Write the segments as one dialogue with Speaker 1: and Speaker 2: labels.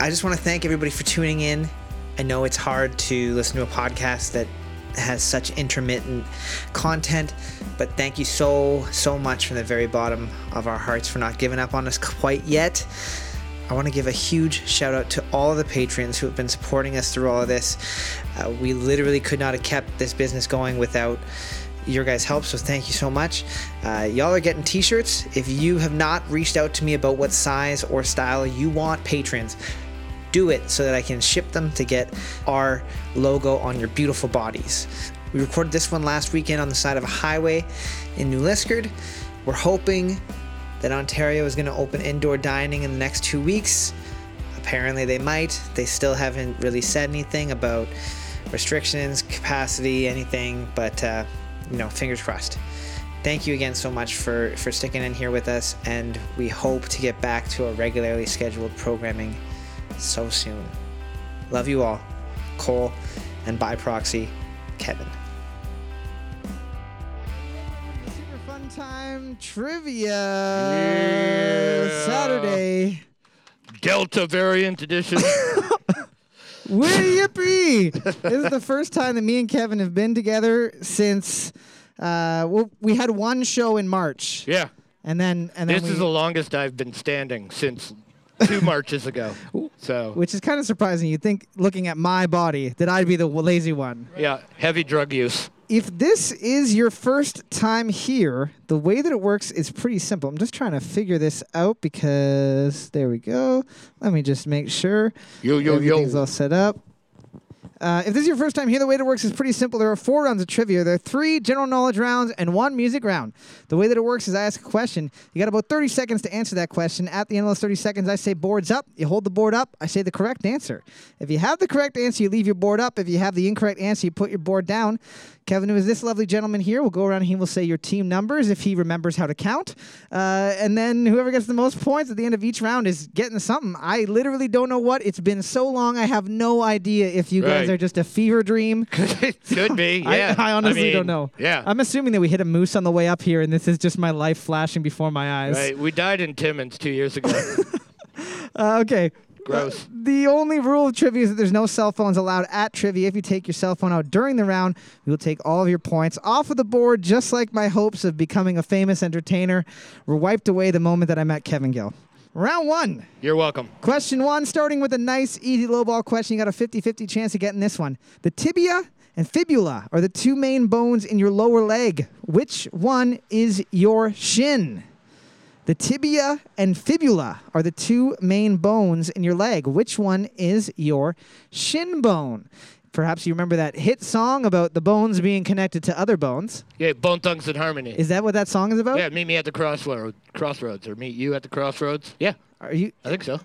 Speaker 1: I just want to thank everybody for tuning in. I know it's hard to listen to a podcast that has such intermittent content, but thank you so, so much from the very bottom of our hearts for not giving up on us quite yet. I want to give a huge shout out to all of the patrons who have been supporting us through all of this. Uh, we literally could not have kept this business going without your guys' help, so thank you so much. Uh, y'all are getting t shirts. If you have not reached out to me about what size or style you want, patrons, do it so that I can ship them to get our logo on your beautiful bodies. We recorded this one last weekend on the side of a highway in New Liskard. We're hoping that Ontario is going to open indoor dining in the next two weeks. Apparently, they might. They still haven't really said anything about restrictions, capacity, anything, but uh, you know, fingers crossed. Thank you again so much for, for sticking in here with us, and we hope to get back to a regularly scheduled programming so soon. Love you all, Cole, and by proxy, Kevin.
Speaker 2: Super fun time trivia
Speaker 3: Yeah.
Speaker 2: Saturday.
Speaker 3: Delta variant edition.
Speaker 2: Wee yippee! this is the first time that me and Kevin have been together since uh, well, we had one show in March,
Speaker 3: yeah.
Speaker 2: and then and then
Speaker 3: This is
Speaker 2: we-
Speaker 3: the longest I've been standing since two Marches ago. So,
Speaker 2: which is kind of surprising. You'd think, looking at my body, that I'd be the lazy one.
Speaker 3: yeah, heavy drug use.
Speaker 2: If this is your first time here, the way that it works is pretty simple. I'm just trying to figure this out because there we go. Let me just make sure.
Speaker 3: Yo, yo, yo.
Speaker 2: Everything's all set up. Uh, if this is your first time here, the way it works is pretty simple. There are four rounds of trivia. There are three general knowledge rounds and one music round. The way that it works is I ask a question. You got about 30 seconds to answer that question. At the end of those 30 seconds, I say boards up. You hold the board up. I say the correct answer. If you have the correct answer, you leave your board up. If you have the incorrect answer, you put your board down. Kevin, who is this lovely gentleman here, will go around and he will say your team numbers if he remembers how to count. Uh, and then whoever gets the most points at the end of each round is getting something. I literally don't know what. It's been so long, I have no idea if you guys
Speaker 3: Right.
Speaker 2: are just a fever dream.
Speaker 3: Could be.
Speaker 2: I-
Speaker 3: Yeah.
Speaker 2: I, honestly don't
Speaker 3: mean,
Speaker 2: know.
Speaker 3: Yeah.
Speaker 2: I'm assuming that we hit a moose on the way up here, and this is just my life flashing before my eyes.
Speaker 3: right. We died in Timmins two years ago.
Speaker 2: Uh, okay. Uh,
Speaker 3: Gross.
Speaker 2: The only rule of trivia is that there's no cell phones allowed at trivia. If you take your cell phone out during the round, we will take all of your points off of the board, just like my hopes of becoming a famous entertainer were wiped away the moment that I met Kevin Gill. Round one.
Speaker 3: You're welcome.
Speaker 2: Question one, starting with a nice, easy lowball question. You got a 50 50 chance of getting this one. The tibia and fibula are the two main bones in your lower leg. Which one is your shin? The tibia and fibula are the two main bones in your leg. Which one is your shin bone? Perhaps you remember that hit song about the bones being connected to other bones.
Speaker 3: Yeah, Bone Thugs and Harmony.
Speaker 2: Is that what that song is about?
Speaker 3: yeah, meet me at the crossroad, crossroads, or meet you at the crossroads. Yeah,
Speaker 2: Are you
Speaker 3: I think so.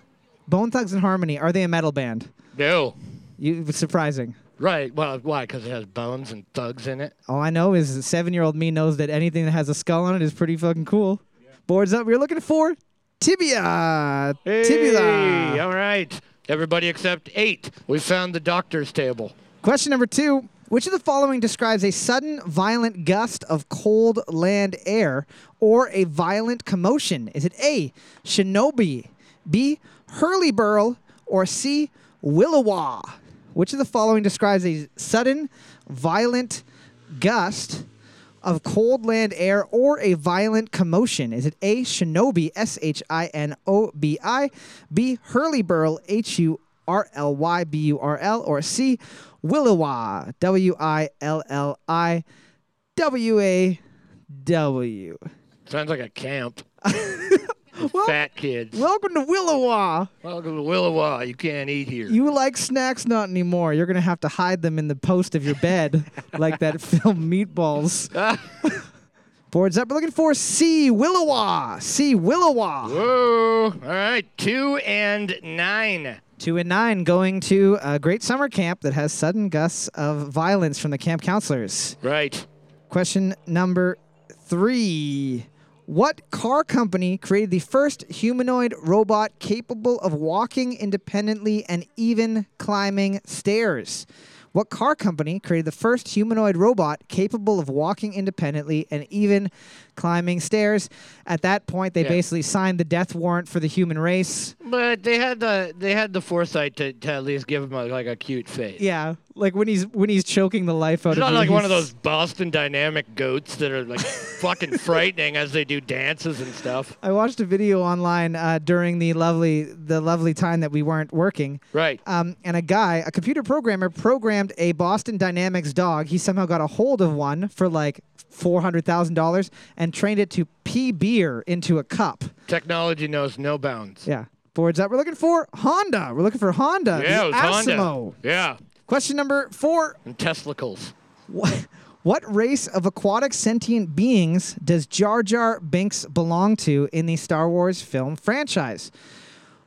Speaker 2: Bone Thugs and Harmony? Are they a metal band?
Speaker 3: No.
Speaker 2: You surprising.
Speaker 3: Right. Well, why? Because it has bones and thugs in it.
Speaker 2: All I know is seven year old me knows that anything that has a skull on it is pretty fucking cool. Boards up. We're looking for tibia.
Speaker 3: Hey,
Speaker 2: Tibula.
Speaker 3: All right. Everybody except eight. We found the doctor's table.
Speaker 2: Question number two. Which of the following describes a sudden, violent gust of cold land air or a violent commotion? Is it A, shinobi, B, hurlyburl, or C, willowa? Which of the following describes a sudden, violent gust of cold land air or a violent commotion? Is it A, shinobi, S H I N O B I, B, hurlyburl, H U R L Y B U R L, or C, willowa, W I L L I W A W?
Speaker 3: Sounds like a camp. Fat kids.
Speaker 2: Welcome to Willowa.
Speaker 3: Welcome to Willowa. You can't eat here.
Speaker 2: You like snacks not anymore. You're going to have to hide them in the post of your bed like that film Meatballs. Boards up. We're looking for C. Willowa. C. Willowa.
Speaker 3: Whoa. All right. Two and nine.
Speaker 2: Two and nine going to a great summer camp that has sudden gusts of violence from the camp counselors.
Speaker 3: Right.
Speaker 2: Question number three. What car company created the first humanoid robot capable of walking independently and even climbing stairs? What car company created the first humanoid robot capable of walking independently and even climbing stairs. At that point, they
Speaker 3: Yeah.
Speaker 2: basically signed the death warrant for the human race.
Speaker 3: But they had the they had the foresight to, to at least give him a, like a cute face.
Speaker 2: Yeah, like when he's when he's choking the life out
Speaker 3: It's
Speaker 2: of
Speaker 3: not
Speaker 2: you,
Speaker 3: like one of
Speaker 2: he's-
Speaker 3: those Boston Dynamic goats that are like fucking frightening as they do dances and stuff.
Speaker 2: I watched a video online uh, during the lovely the lovely time that we weren't working.
Speaker 3: Right.
Speaker 2: Um, and a guy, a computer programmer, programmed a Boston Dynamics dog. He somehow got a hold of one for like four hundred thousand dollars and trained it to pee beer into a cup.
Speaker 3: Technology knows no bounds.
Speaker 2: Yeah. Boards up. We're looking for Honda. We're looking for Honda.
Speaker 3: Yeah,
Speaker 2: the
Speaker 3: it was
Speaker 2: Asimo.
Speaker 3: Honda. Yeah,
Speaker 2: Question number four.
Speaker 3: and testicles.
Speaker 2: What, what race of aquatic sentient beings does Jar Jar Binks belong to in the Star Wars film franchise?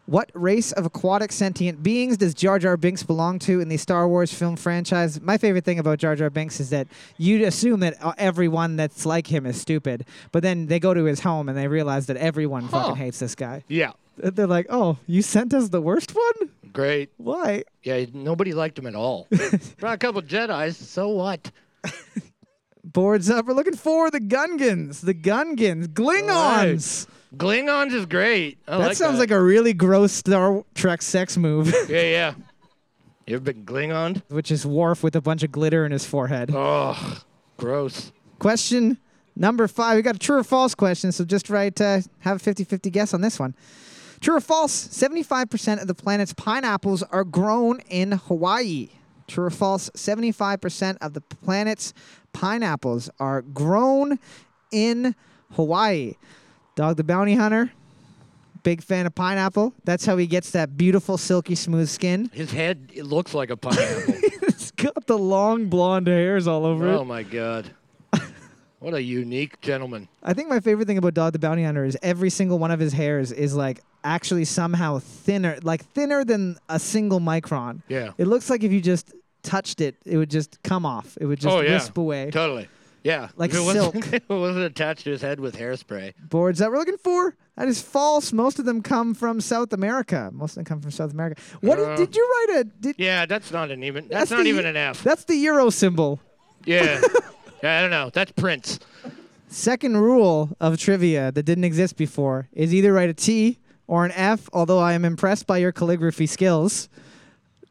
Speaker 2: What race of aquatic sentient beings does Jar Jar Binks belong to in the Star Wars film franchise? My favorite thing about Jar Jar Binks is that you'd assume that uh, everyone that's like him is stupid, but then they go to his home and they realize that everyone fucking hates this guy.
Speaker 3: Yeah,
Speaker 2: They're like, "Oh, you sent us the worst one?
Speaker 3: great.
Speaker 2: Why?"
Speaker 3: Yeah, nobody liked him at all. Brought a couple Jedi's. So what?
Speaker 2: Boards up. We're looking for the Gungans, the Gungans, Glingons.
Speaker 3: Glingons is great. I
Speaker 2: That
Speaker 3: like
Speaker 2: sounds
Speaker 3: that.
Speaker 2: like a really gross Star Trek sex move,
Speaker 3: Yeah, yeah. You ever been Glingoned?
Speaker 2: which is Worf with a bunch of glitter in his forehead.
Speaker 3: Oh, gross.
Speaker 2: Question number five. We got a true or false question, so just write, uh, have a 50 50 guess on this one. True or false? 75% of the planet's pineapples are grown in Hawaii. True or false? 75% of the planet's pineapples are grown in Hawaii. Dog the Bounty Hunter, big fan of pineapple. That's how he gets that beautiful, silky, smooth skin.
Speaker 3: His head it looks like a pineapple.
Speaker 2: it's got the long blonde hairs all over it.
Speaker 3: oh my god. What a unique gentleman.
Speaker 2: I think my favorite thing about Dog the Bounty Hunter is every single one of his hairs is like actually somehow thinner, like thinner than a single micron.
Speaker 3: Yeah.
Speaker 2: It looks like if you just touched it, it would just come off. It would just
Speaker 3: oh yeah.
Speaker 2: wisp away.
Speaker 3: Totally. Yeah.
Speaker 2: Like
Speaker 3: if it wasn't-
Speaker 2: silk.
Speaker 3: if it wasn't attached to his head with hairspray.
Speaker 2: Boards that we're looking for. That is false. Most of them come from South America. Most of them come from South America. What did-
Speaker 3: Uh,
Speaker 2: did you write a? Did,
Speaker 3: Yeah, that's not an even.
Speaker 2: that's
Speaker 3: That's, not
Speaker 2: the-
Speaker 3: even an F.
Speaker 2: That's the euro symbol.
Speaker 3: yeah. yeah. I don't know. That's Prince.
Speaker 2: Second rule of trivia that didn't exist before is either write a T or an F, although I am impressed by your calligraphy skills.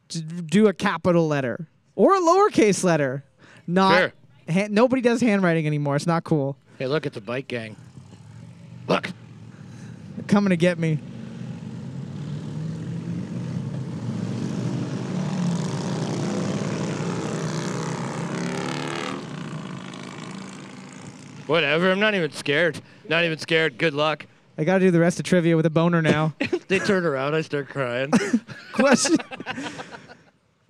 Speaker 2: D- Do a capital letter or a lowercase letter. Not
Speaker 3: Sure.
Speaker 2: ha- nobody does handwriting anymore. It's not cool.
Speaker 3: Hey, look at the bike gang. Look.
Speaker 2: They're coming to get me.
Speaker 3: Whatever. I'm not even scared. Not even scared. Good luck.
Speaker 2: I got to do the rest of trivia with a boner now.
Speaker 3: They turn around. I start crying.
Speaker 2: Question.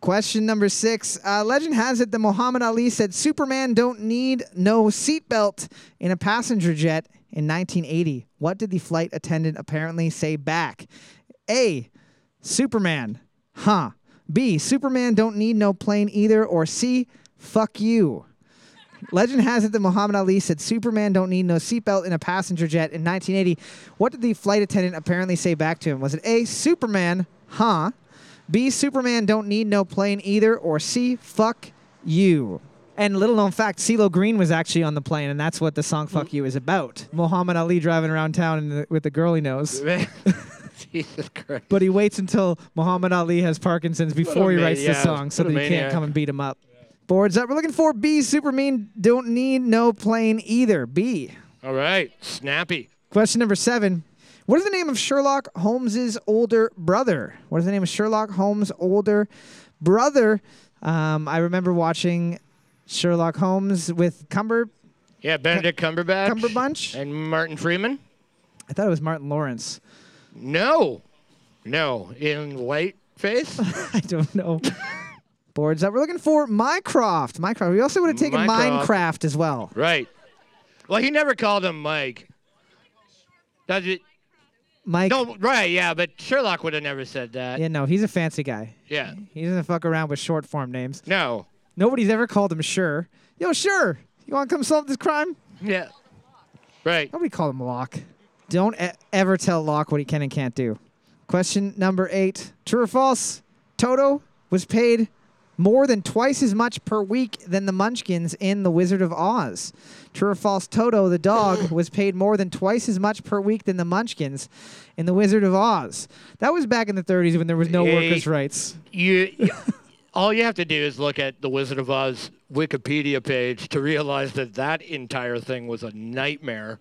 Speaker 2: Question number six. Uh, legend has it that Muhammad Ali said Superman don't need no seatbelt in a passenger jet in 1980. What did the flight attendant apparently say back? A. Superman. Huh. B. Superman don't need no plane either. Or C. Fuck you. Legend has it that Muhammad Ali said Superman don't need no seatbelt in a passenger jet in 1980. What did the flight attendant apparently say back to him? Was it A, Superman, huh? B, Superman don't need no plane either, or C, fuck you? And little known fact, CeeLo Green was actually on the plane, and that's what the song Fuck You is about. Muhammad Ali driving around town in the, with the girl he knows.
Speaker 3: Man, Jesus Christ.
Speaker 2: But he waits until Muhammad Ali has Parkinson's before he
Speaker 3: ma-
Speaker 2: writes the
Speaker 3: yeah,
Speaker 2: song so
Speaker 3: what
Speaker 2: that
Speaker 3: a
Speaker 2: he can't
Speaker 3: maniac.
Speaker 2: come and beat him up. Boards up. We're looking for B. Superman don't need no plane either. B.
Speaker 3: All right. Snappy.
Speaker 2: Question number seven. What is the name of Sherlock Holmes's older brother? What is the name of Sherlock Holmes' older brother? Um, I remember watching Sherlock Holmes with Cumber.
Speaker 3: Yeah, Benedict Cumberbatch.
Speaker 2: Cumberbunch?
Speaker 3: And Martin Freeman?
Speaker 2: I thought it was Martin Lawrence.
Speaker 3: No. No. In white face?
Speaker 2: I don't know. Boards up. We're looking for Mycroft. Mycroft. We also would have taken
Speaker 3: Mycroft.
Speaker 2: Minecraft as well.
Speaker 3: right. Well, he never called him Mike. Does it?
Speaker 2: Mike.
Speaker 3: No, right, yeah, but Sherlock would have never said that.
Speaker 2: Yeah, no, he's a fancy guy.
Speaker 3: Yeah.
Speaker 2: He doesn't fuck around with short form names.
Speaker 3: No.
Speaker 2: Nobody's ever called him Sure. Yo, Sure, you want to come solve this crime?
Speaker 3: Yeah. Right.
Speaker 2: Nobody called him Locke. Don't e- ever tell Locke what he can and can't do. Question number eight True or false? Toto was paid more than twice as much per week than the Munchkins in The Wizard of Oz. True or false, Toto the dog was paid more than twice as much per week than the Munchkins in The Wizard of Oz. That was back in the 30s when there was no
Speaker 3: Hey.
Speaker 2: workers' rights.
Speaker 3: You, you- all you have to do is look at the Wizard of Oz Wikipedia page to realize that that entire thing was a nightmare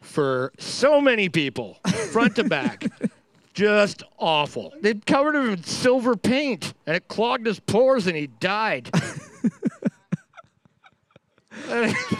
Speaker 3: for so many people, front to back. Just awful. They covered him in silver paint, and it clogged his pores, and he died.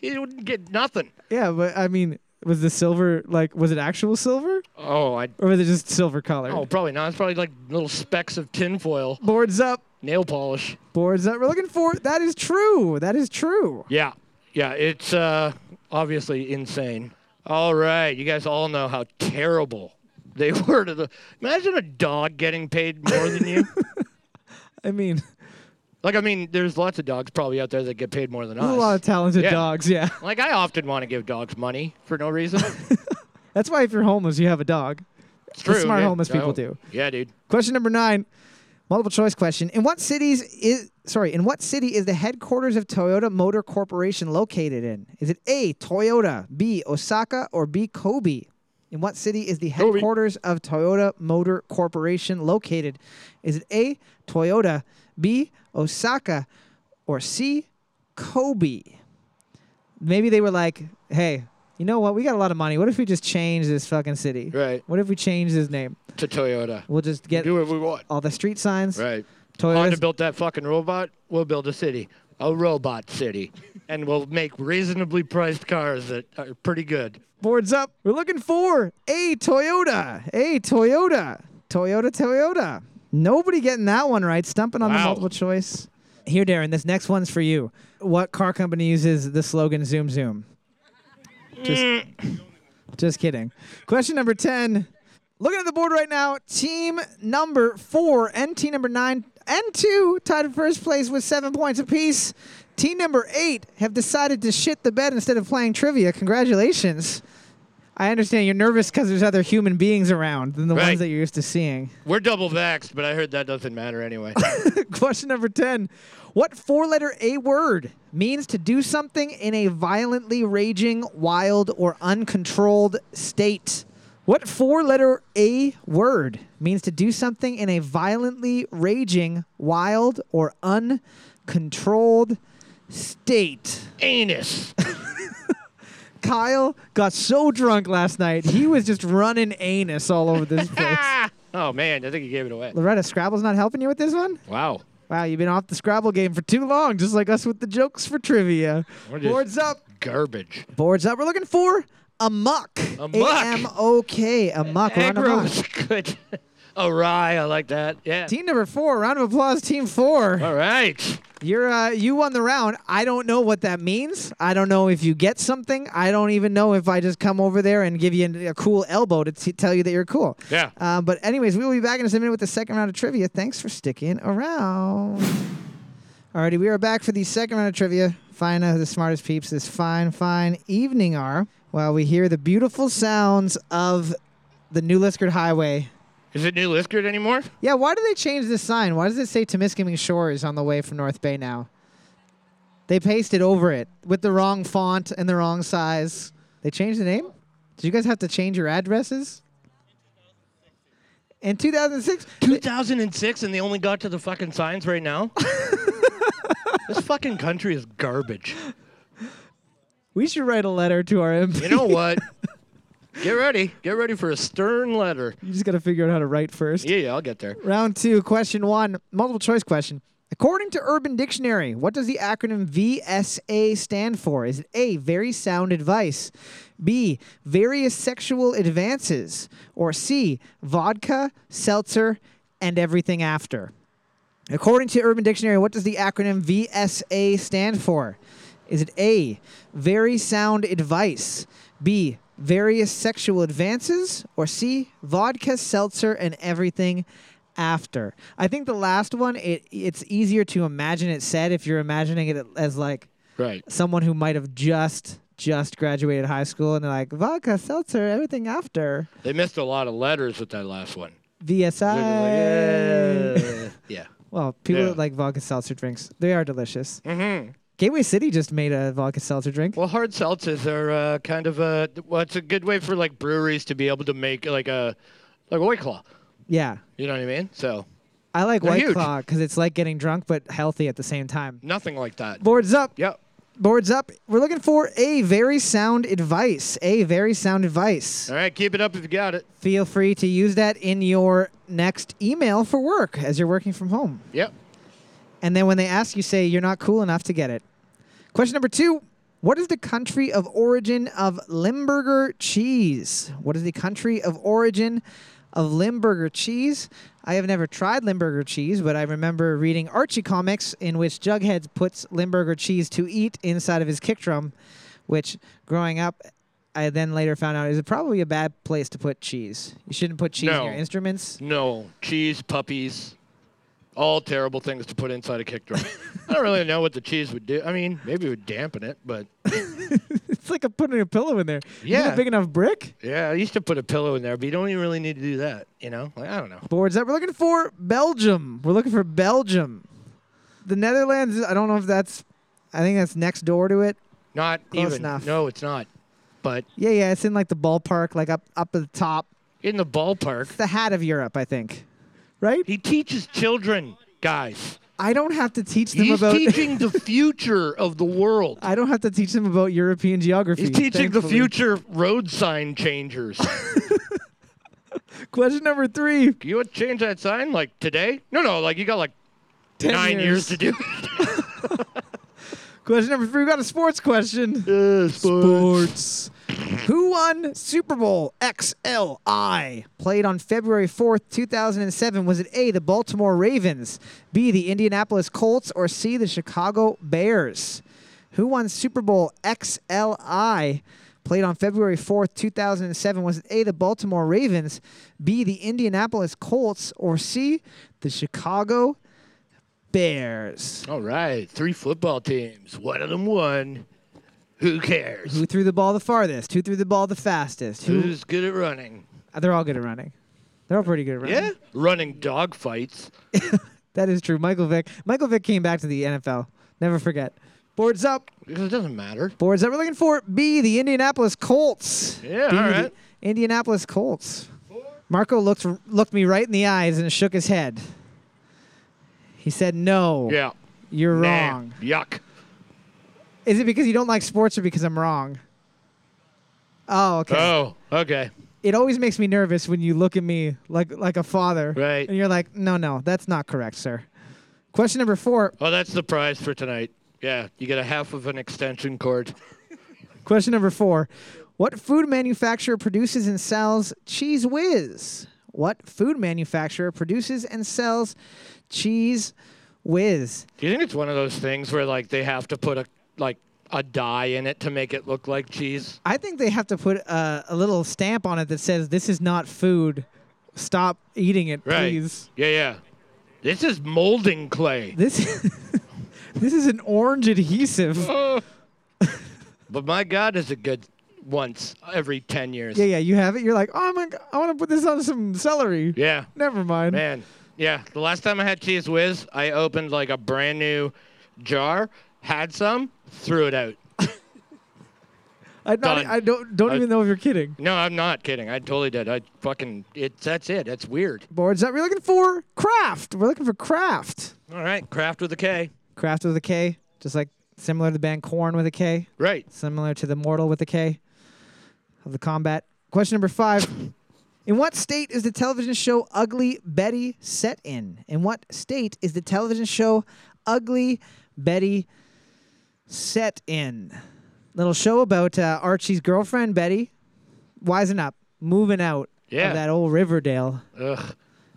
Speaker 3: he wouldn't get nothing.
Speaker 2: Yeah, but I mean, was the silver like was it actual silver
Speaker 3: Oh, I.
Speaker 2: or was it just silver colored?
Speaker 3: Oh, probably not. It's probably like little specks of tinfoil,
Speaker 2: Boards up.
Speaker 3: nail polish.
Speaker 2: Boards up. We're looking for that is true. That is true.
Speaker 3: Yeah, yeah, it's uh, obviously insane. All right, you guys all know how terrible they were to the. Imagine a dog getting paid more than you.
Speaker 2: I mean,
Speaker 3: like, I mean, there's lots of dogs probably out there that get paid more than
Speaker 2: there's
Speaker 3: us.
Speaker 2: a lot of talented
Speaker 3: Yeah.
Speaker 2: dogs, yeah.
Speaker 3: like, I often want to give dogs money for no reason.
Speaker 2: That's why if you're homeless, you have a dog.
Speaker 3: It's true.
Speaker 2: smart
Speaker 3: dude.
Speaker 2: homeless people do.
Speaker 3: Yeah, dude.
Speaker 2: Question number 9. Multiple choice question. In what cities is sorry, in what city is the headquarters of Toyota Motor Corporation located in? Is it A, Toyota, B, Osaka, or B, Kobe? In what city is the
Speaker 3: Kobe.
Speaker 2: headquarters of Toyota Motor Corporation located? Is it A, Toyota, B, Osaka, or C, Kobe? Maybe they were like, "Hey, you know what? We got a lot of money. What if we just change this fucking city?
Speaker 3: Right.
Speaker 2: What if we change this name?
Speaker 3: To Toyota.
Speaker 2: We'll just get
Speaker 3: do what we want.
Speaker 2: all the street signs.
Speaker 3: Right. Honda
Speaker 2: Toyota's
Speaker 3: built that fucking robot. We'll build a city, a robot city, and we'll make reasonably priced cars that are pretty good.
Speaker 2: boards up. We're looking for a Toyota. A Toyota. Toyota, Toyota. Nobody getting that one right. Stumping on the
Speaker 3: Wow.
Speaker 2: multiple choice. Here, Darren, this next one's for you. What car company uses the slogan Zoom Zoom? Just,
Speaker 3: Mm.
Speaker 2: just kidding. Question number 10. Looking at the board right now, team number four and team number nine and two tied in first place with seven points apiece. Team number eight have decided to shit the bed instead of playing trivia. Congratulations. I understand you're nervous because there's other human beings around than the
Speaker 3: Right.
Speaker 2: ones that you're used to seeing.
Speaker 3: We're double vaxxed, but I heard that doesn't matter anyway.
Speaker 2: Question number 10. What four letter A word means to do something in a violently raging, wild, or uncontrolled state? What four letter A word means to do something in a violently raging, wild, or uncontrolled state?
Speaker 3: Anus.
Speaker 2: Kyle got so drunk last night, he was just running anus all over this place.
Speaker 3: Ah! Oh man, I think you gave it away.
Speaker 2: Loretta, Scrabble's not helping you with this one?
Speaker 3: Wow.
Speaker 2: Wow, you've been off the Scrabble game for too long, just like us with the jokes for trivia.
Speaker 3: We're just-
Speaker 2: Boards up.
Speaker 3: Garbage.
Speaker 2: Boards up. We're looking for a muck.
Speaker 3: Amok.
Speaker 2: A-M-O-K. A muck. Round of
Speaker 3: Agro
Speaker 2: applause.
Speaker 3: was good. Awry, I like that. Yeah.
Speaker 2: Team number four. Round of applause, team four.
Speaker 3: All right.
Speaker 2: You're uh, you won the round. I don't know what that means. I don't know if you get something. I don't even know if I just come over there and give you an- a cool elbow to t- tell you that you're cool.
Speaker 3: Yeah.
Speaker 2: Uh, but anyways, we will be back in just a minute with the second round of trivia. Thanks for sticking around. Alrighty, we are back for the second round of trivia. Find out who the smartest peeps this fine, fine evening are while we hear the beautiful sounds of the New Liskard Highway.
Speaker 3: Is it New Liskard anymore?
Speaker 2: Yeah, why do they change this sign? Why does it say Temiskaming Shores on the way from North Bay now? They pasted over it with the wrong font and the wrong size. They changed the name? Did you guys have to change your addresses? In 2006?
Speaker 3: 2006, and they only got to the fucking signs right now. this fucking country is garbage.
Speaker 2: We should write a letter to our MP.
Speaker 3: You know what? Get ready. Get ready for a stern letter.
Speaker 2: you just got to figure out how to write first.
Speaker 3: Yeah, yeah, I'll get there.
Speaker 2: Round two, question one, multiple choice question. According to Urban Dictionary, what does the acronym VSA stand for? Is it A, very sound advice, B, various sexual advances, or C, vodka, seltzer, and everything after? According to Urban Dictionary, what does the acronym VSA stand for? Is it A, very sound advice, B, various sexual advances, or C, vodka, seltzer, and everything after? I think the last one, it, it's easier to imagine it said if you're imagining it as like
Speaker 3: Right.
Speaker 2: someone who might have just just graduated high school and they're like vodka seltzer everything after
Speaker 3: They missed a lot of letters with that last one.
Speaker 2: VSI
Speaker 3: They're just like, yeah. yeah.
Speaker 2: Well, people
Speaker 3: Yeah.
Speaker 2: that like vodka seltzer drinks, they are delicious. Mm-hmm. Gateway City just made a vodka seltzer drink.
Speaker 3: Well, hard seltzers are uh, kind of a well, it's a good way for like breweries to be able to make like a like a white claw.
Speaker 2: yeah.
Speaker 3: You know what I mean? So
Speaker 2: I like
Speaker 3: They're
Speaker 2: White
Speaker 3: huge.
Speaker 2: Claw because it's like getting drunk but healthy at the same time.
Speaker 3: nothing like that.
Speaker 2: Boards up.
Speaker 3: Yep.
Speaker 2: Boards up. We're looking for a very sound advice. A very sound advice.
Speaker 3: All right, keep it up if you got it.
Speaker 2: Feel free to use that in your next email for work as you're working from home.
Speaker 3: Yep.
Speaker 2: And then when they ask you, say you're not cool enough to get it. Question number two What is the country of origin of Limburger cheese? What is the country of origin of Limburger cheese? I have never tried Limburger cheese, but I remember reading Archie comics in which Jughead puts Limburger cheese to eat inside of his kick drum, which growing up, I then later found out is probably a bad place to put cheese. You shouldn't put cheese in
Speaker 3: No.
Speaker 2: your instruments.
Speaker 3: No cheese, puppies, all terrible things to put inside a kick drum. I don't really know what the cheese would do. I mean, maybe it would dampen it, but
Speaker 2: It's like a putting a pillow in there. You need
Speaker 3: Yeah.
Speaker 2: a big enough brick?
Speaker 3: yeah, I used to put a pillow in there, but you don't even really need to do that. You know, like I don't know.
Speaker 2: boards that we're looking for Belgium. We're looking for Belgium. The Netherlands, I don't know if that's I think that's next door to it.
Speaker 3: Not
Speaker 2: Close
Speaker 3: even.
Speaker 2: enough.
Speaker 3: No, it's not. But
Speaker 2: Yeah, yeah, it's in like the ballpark, like up up at the top.
Speaker 3: in the ballpark,
Speaker 2: It's the hat of Europe, I think. Right?
Speaker 3: he teaches children, guys.
Speaker 2: I don't have to teach them
Speaker 3: He's
Speaker 2: about
Speaker 3: teaching the future of the world.
Speaker 2: I don't have to teach them about European geography.
Speaker 3: He's teaching the
Speaker 2: thankfully.
Speaker 3: future road sign changers.
Speaker 2: Question number three.
Speaker 3: you would change that sign like today? No, no, like you got like
Speaker 2: Ten
Speaker 3: nine years, to do. it.
Speaker 2: Question number three. We got a sports question. Sports. Who won Super Bowl XLI? Played on February 4th, 2007. Was it A, the Baltimore Ravens, B, the Indianapolis Colts, or C, the Chicago Bears? Who won Super Bowl XLI? Played on February 4th, 2007. Was it A, the Baltimore Ravens, B, the Indianapolis Colts, or C, the Chicago Bears?
Speaker 3: All right, three football teams. One of them won. Who cares?
Speaker 2: Who threw the ball the farthest? Who threw the ball the fastest? Who
Speaker 3: Who's good at running?
Speaker 2: Uh, They're all good at running. They're all pretty good at running.
Speaker 3: Yeah, running dog fights.
Speaker 2: That is true. Michael Vick. Michael Vick came back to the NFL. Never forget. Boards up.
Speaker 3: Because it doesn't matter.
Speaker 2: Boards that we're looking for. B, the Indianapolis Colts.
Speaker 3: Yeah,
Speaker 2: B,
Speaker 3: all
Speaker 2: the
Speaker 3: right.
Speaker 2: Indianapolis Colts. Marco looked looked me right in the eyes and shook his head. He said, "No,
Speaker 3: Yeah.
Speaker 2: you're
Speaker 3: Nah,
Speaker 2: wrong."
Speaker 3: Yuck.
Speaker 2: Is it because you don't like sports or because I'm wrong? Oh, okay.
Speaker 3: Oh, okay.
Speaker 2: it always makes me nervous when you look at me like like a father.
Speaker 3: Right.
Speaker 2: And you're like, no, no, that's not correct, sir. Question number four.
Speaker 3: Oh, that's the prize for tonight. Yeah, you get a half of an extension cord.
Speaker 2: Question number four. What food manufacturer produces and sells Cheese Whiz? What food manufacturer produces and sells Cheese Whiz?
Speaker 3: Do you think it's one of those things where like they have to put a like a dye in it to make it look like cheese?
Speaker 2: I think they have to put a, a little stamp on it that says, this is not food. Stop eating it, please.
Speaker 3: Yeah, yeah. This is molding clay.
Speaker 2: This, this is an orange adhesive.
Speaker 3: But my God, is it good once every ten years?
Speaker 2: Yeah, yeah, you have it. You're like, oh my, g- I want to put this on some celery.
Speaker 3: Yeah,
Speaker 2: Never mind.
Speaker 3: man. Yeah. The last time I had cheese whiz, I opened like a brand new jar, had some, threw it out.
Speaker 2: I don't,
Speaker 3: Done.
Speaker 2: I don't, don't
Speaker 3: I-
Speaker 2: even know if you're kidding.
Speaker 3: No, I'm not kidding. I totally did. I fucking it. That's it. That's weird.
Speaker 2: Boards that we're looking for craft. We're looking for craft.
Speaker 3: All right, craft with a K.
Speaker 2: Craft with a K, just like similar to the band Corn with a K,
Speaker 3: Right.
Speaker 2: similar to the Mortal with a K of the combat. Question number five. In what state is the television show Ugly Betty set in? In what state is the television show Ugly Betty set in? Little show about uh, Archie's girlfriend, Betty, wising up, moving out
Speaker 3: Yeah.
Speaker 2: of that old Riverdale,
Speaker 3: Ugh.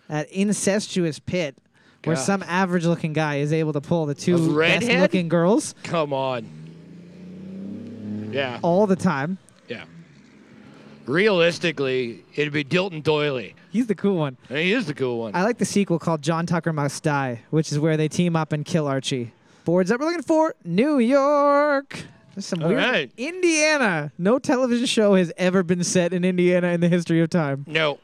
Speaker 2: that incestuous pit where
Speaker 3: God.
Speaker 2: some average looking guy is able to pull the
Speaker 3: A
Speaker 2: two best
Speaker 3: redhead?
Speaker 2: looking girls
Speaker 3: Come on. Yeah.
Speaker 2: all the time.
Speaker 3: Yeah. Realistically, it'd be Dilton Doily.
Speaker 2: He's the cool one.
Speaker 3: And he is the cool one.
Speaker 2: I like the sequel called John Tucker Must Die, which is where they team up and kill Archie. Boards that we're looking for New York. There's some
Speaker 3: All
Speaker 2: weird.
Speaker 3: right.
Speaker 2: Indiana. No television show has ever been set in Indiana in the history of time.
Speaker 3: no.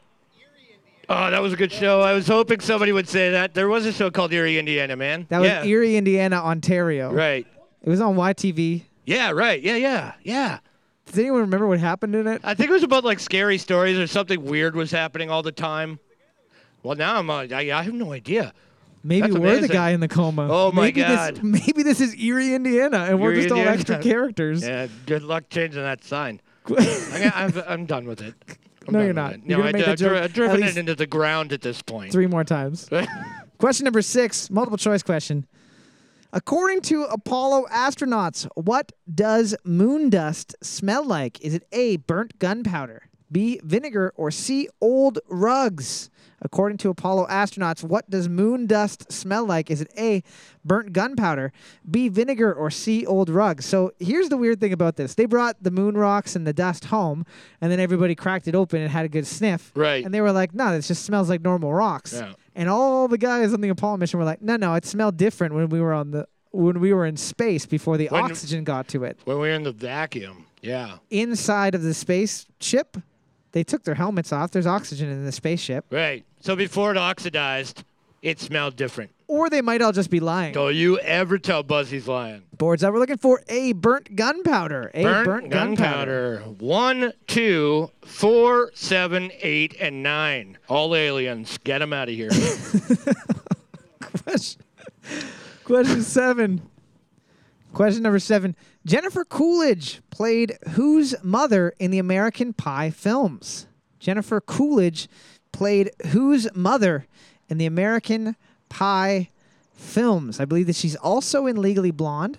Speaker 3: Oh, that was a good show. I was hoping somebody would say that. There was a show called Erie, Indiana, man.
Speaker 2: That was
Speaker 3: yeah.
Speaker 2: Erie, Indiana, Ontario.
Speaker 3: Right.
Speaker 2: It was on YTV.
Speaker 3: Yeah, right. Yeah, yeah, yeah.
Speaker 2: Does anyone remember what happened in it?
Speaker 3: I think it was about like scary stories or something weird was happening all the time. Well, now I'm, uh, I, I have no idea.
Speaker 2: Maybe
Speaker 3: that's
Speaker 2: we're the
Speaker 3: amazing.
Speaker 2: guy in the coma.
Speaker 3: Oh, my
Speaker 2: maybe This,
Speaker 3: God.
Speaker 2: maybe this is Erie, Indiana, and we're
Speaker 3: Erie,
Speaker 2: just all
Speaker 3: Indiana.
Speaker 2: extra characters.
Speaker 3: Yeah, good luck changing that sign. I, I'm, I'm done with it. I'm
Speaker 2: No,
Speaker 3: done
Speaker 2: you're
Speaker 3: with
Speaker 2: not.
Speaker 3: it.
Speaker 2: You're
Speaker 3: No,
Speaker 2: gonna
Speaker 3: I,
Speaker 2: make a
Speaker 3: have
Speaker 2: joke
Speaker 3: dri-
Speaker 2: at
Speaker 3: I've driven
Speaker 2: least
Speaker 3: it into the ground at this point.
Speaker 2: Three more times. Question number six, multiple choice question. According to Apollo astronauts, what does moon dust smell like? Is it A, burnt gunpowder, B, vinegar, or C, old rugs? According to Apollo astronauts, what does moon dust smell like? Is it A, burnt gunpowder, B, vinegar, or C, old rugs? So here's the weird thing about this they brought the moon rocks and the dust home, and then everybody cracked it open and had a good sniff.
Speaker 3: Right.
Speaker 2: And they were like, no, this just smells like normal rocks.
Speaker 3: Yeah.
Speaker 2: And all the guys on the Apollo mission were like, "No, no, it smelled different when we were on the when we were in space before the
Speaker 3: When-
Speaker 2: oxygen got to it.
Speaker 3: when we were in the vacuum. Yeah.
Speaker 2: Inside of the spaceship, they took their helmets off. There's oxygen in the spaceship,
Speaker 3: Right. So before it oxidized, it smelled different.
Speaker 2: or they might all just be lying.
Speaker 3: Don't you ever tell Buzz he's lying.
Speaker 2: Boards that we're looking for a burnt gunpowder, a burnt,
Speaker 3: gunpowder. One, two, four, seven, eight, and nine. All aliens. Get them out of here.
Speaker 2: Question- Question seven. Question number seven. Jennifer Coolidge played whose mother in the American Pie films? Jennifer Coolidge played whose mother in the American Pie films? I believe that she's also in Legally Blonde.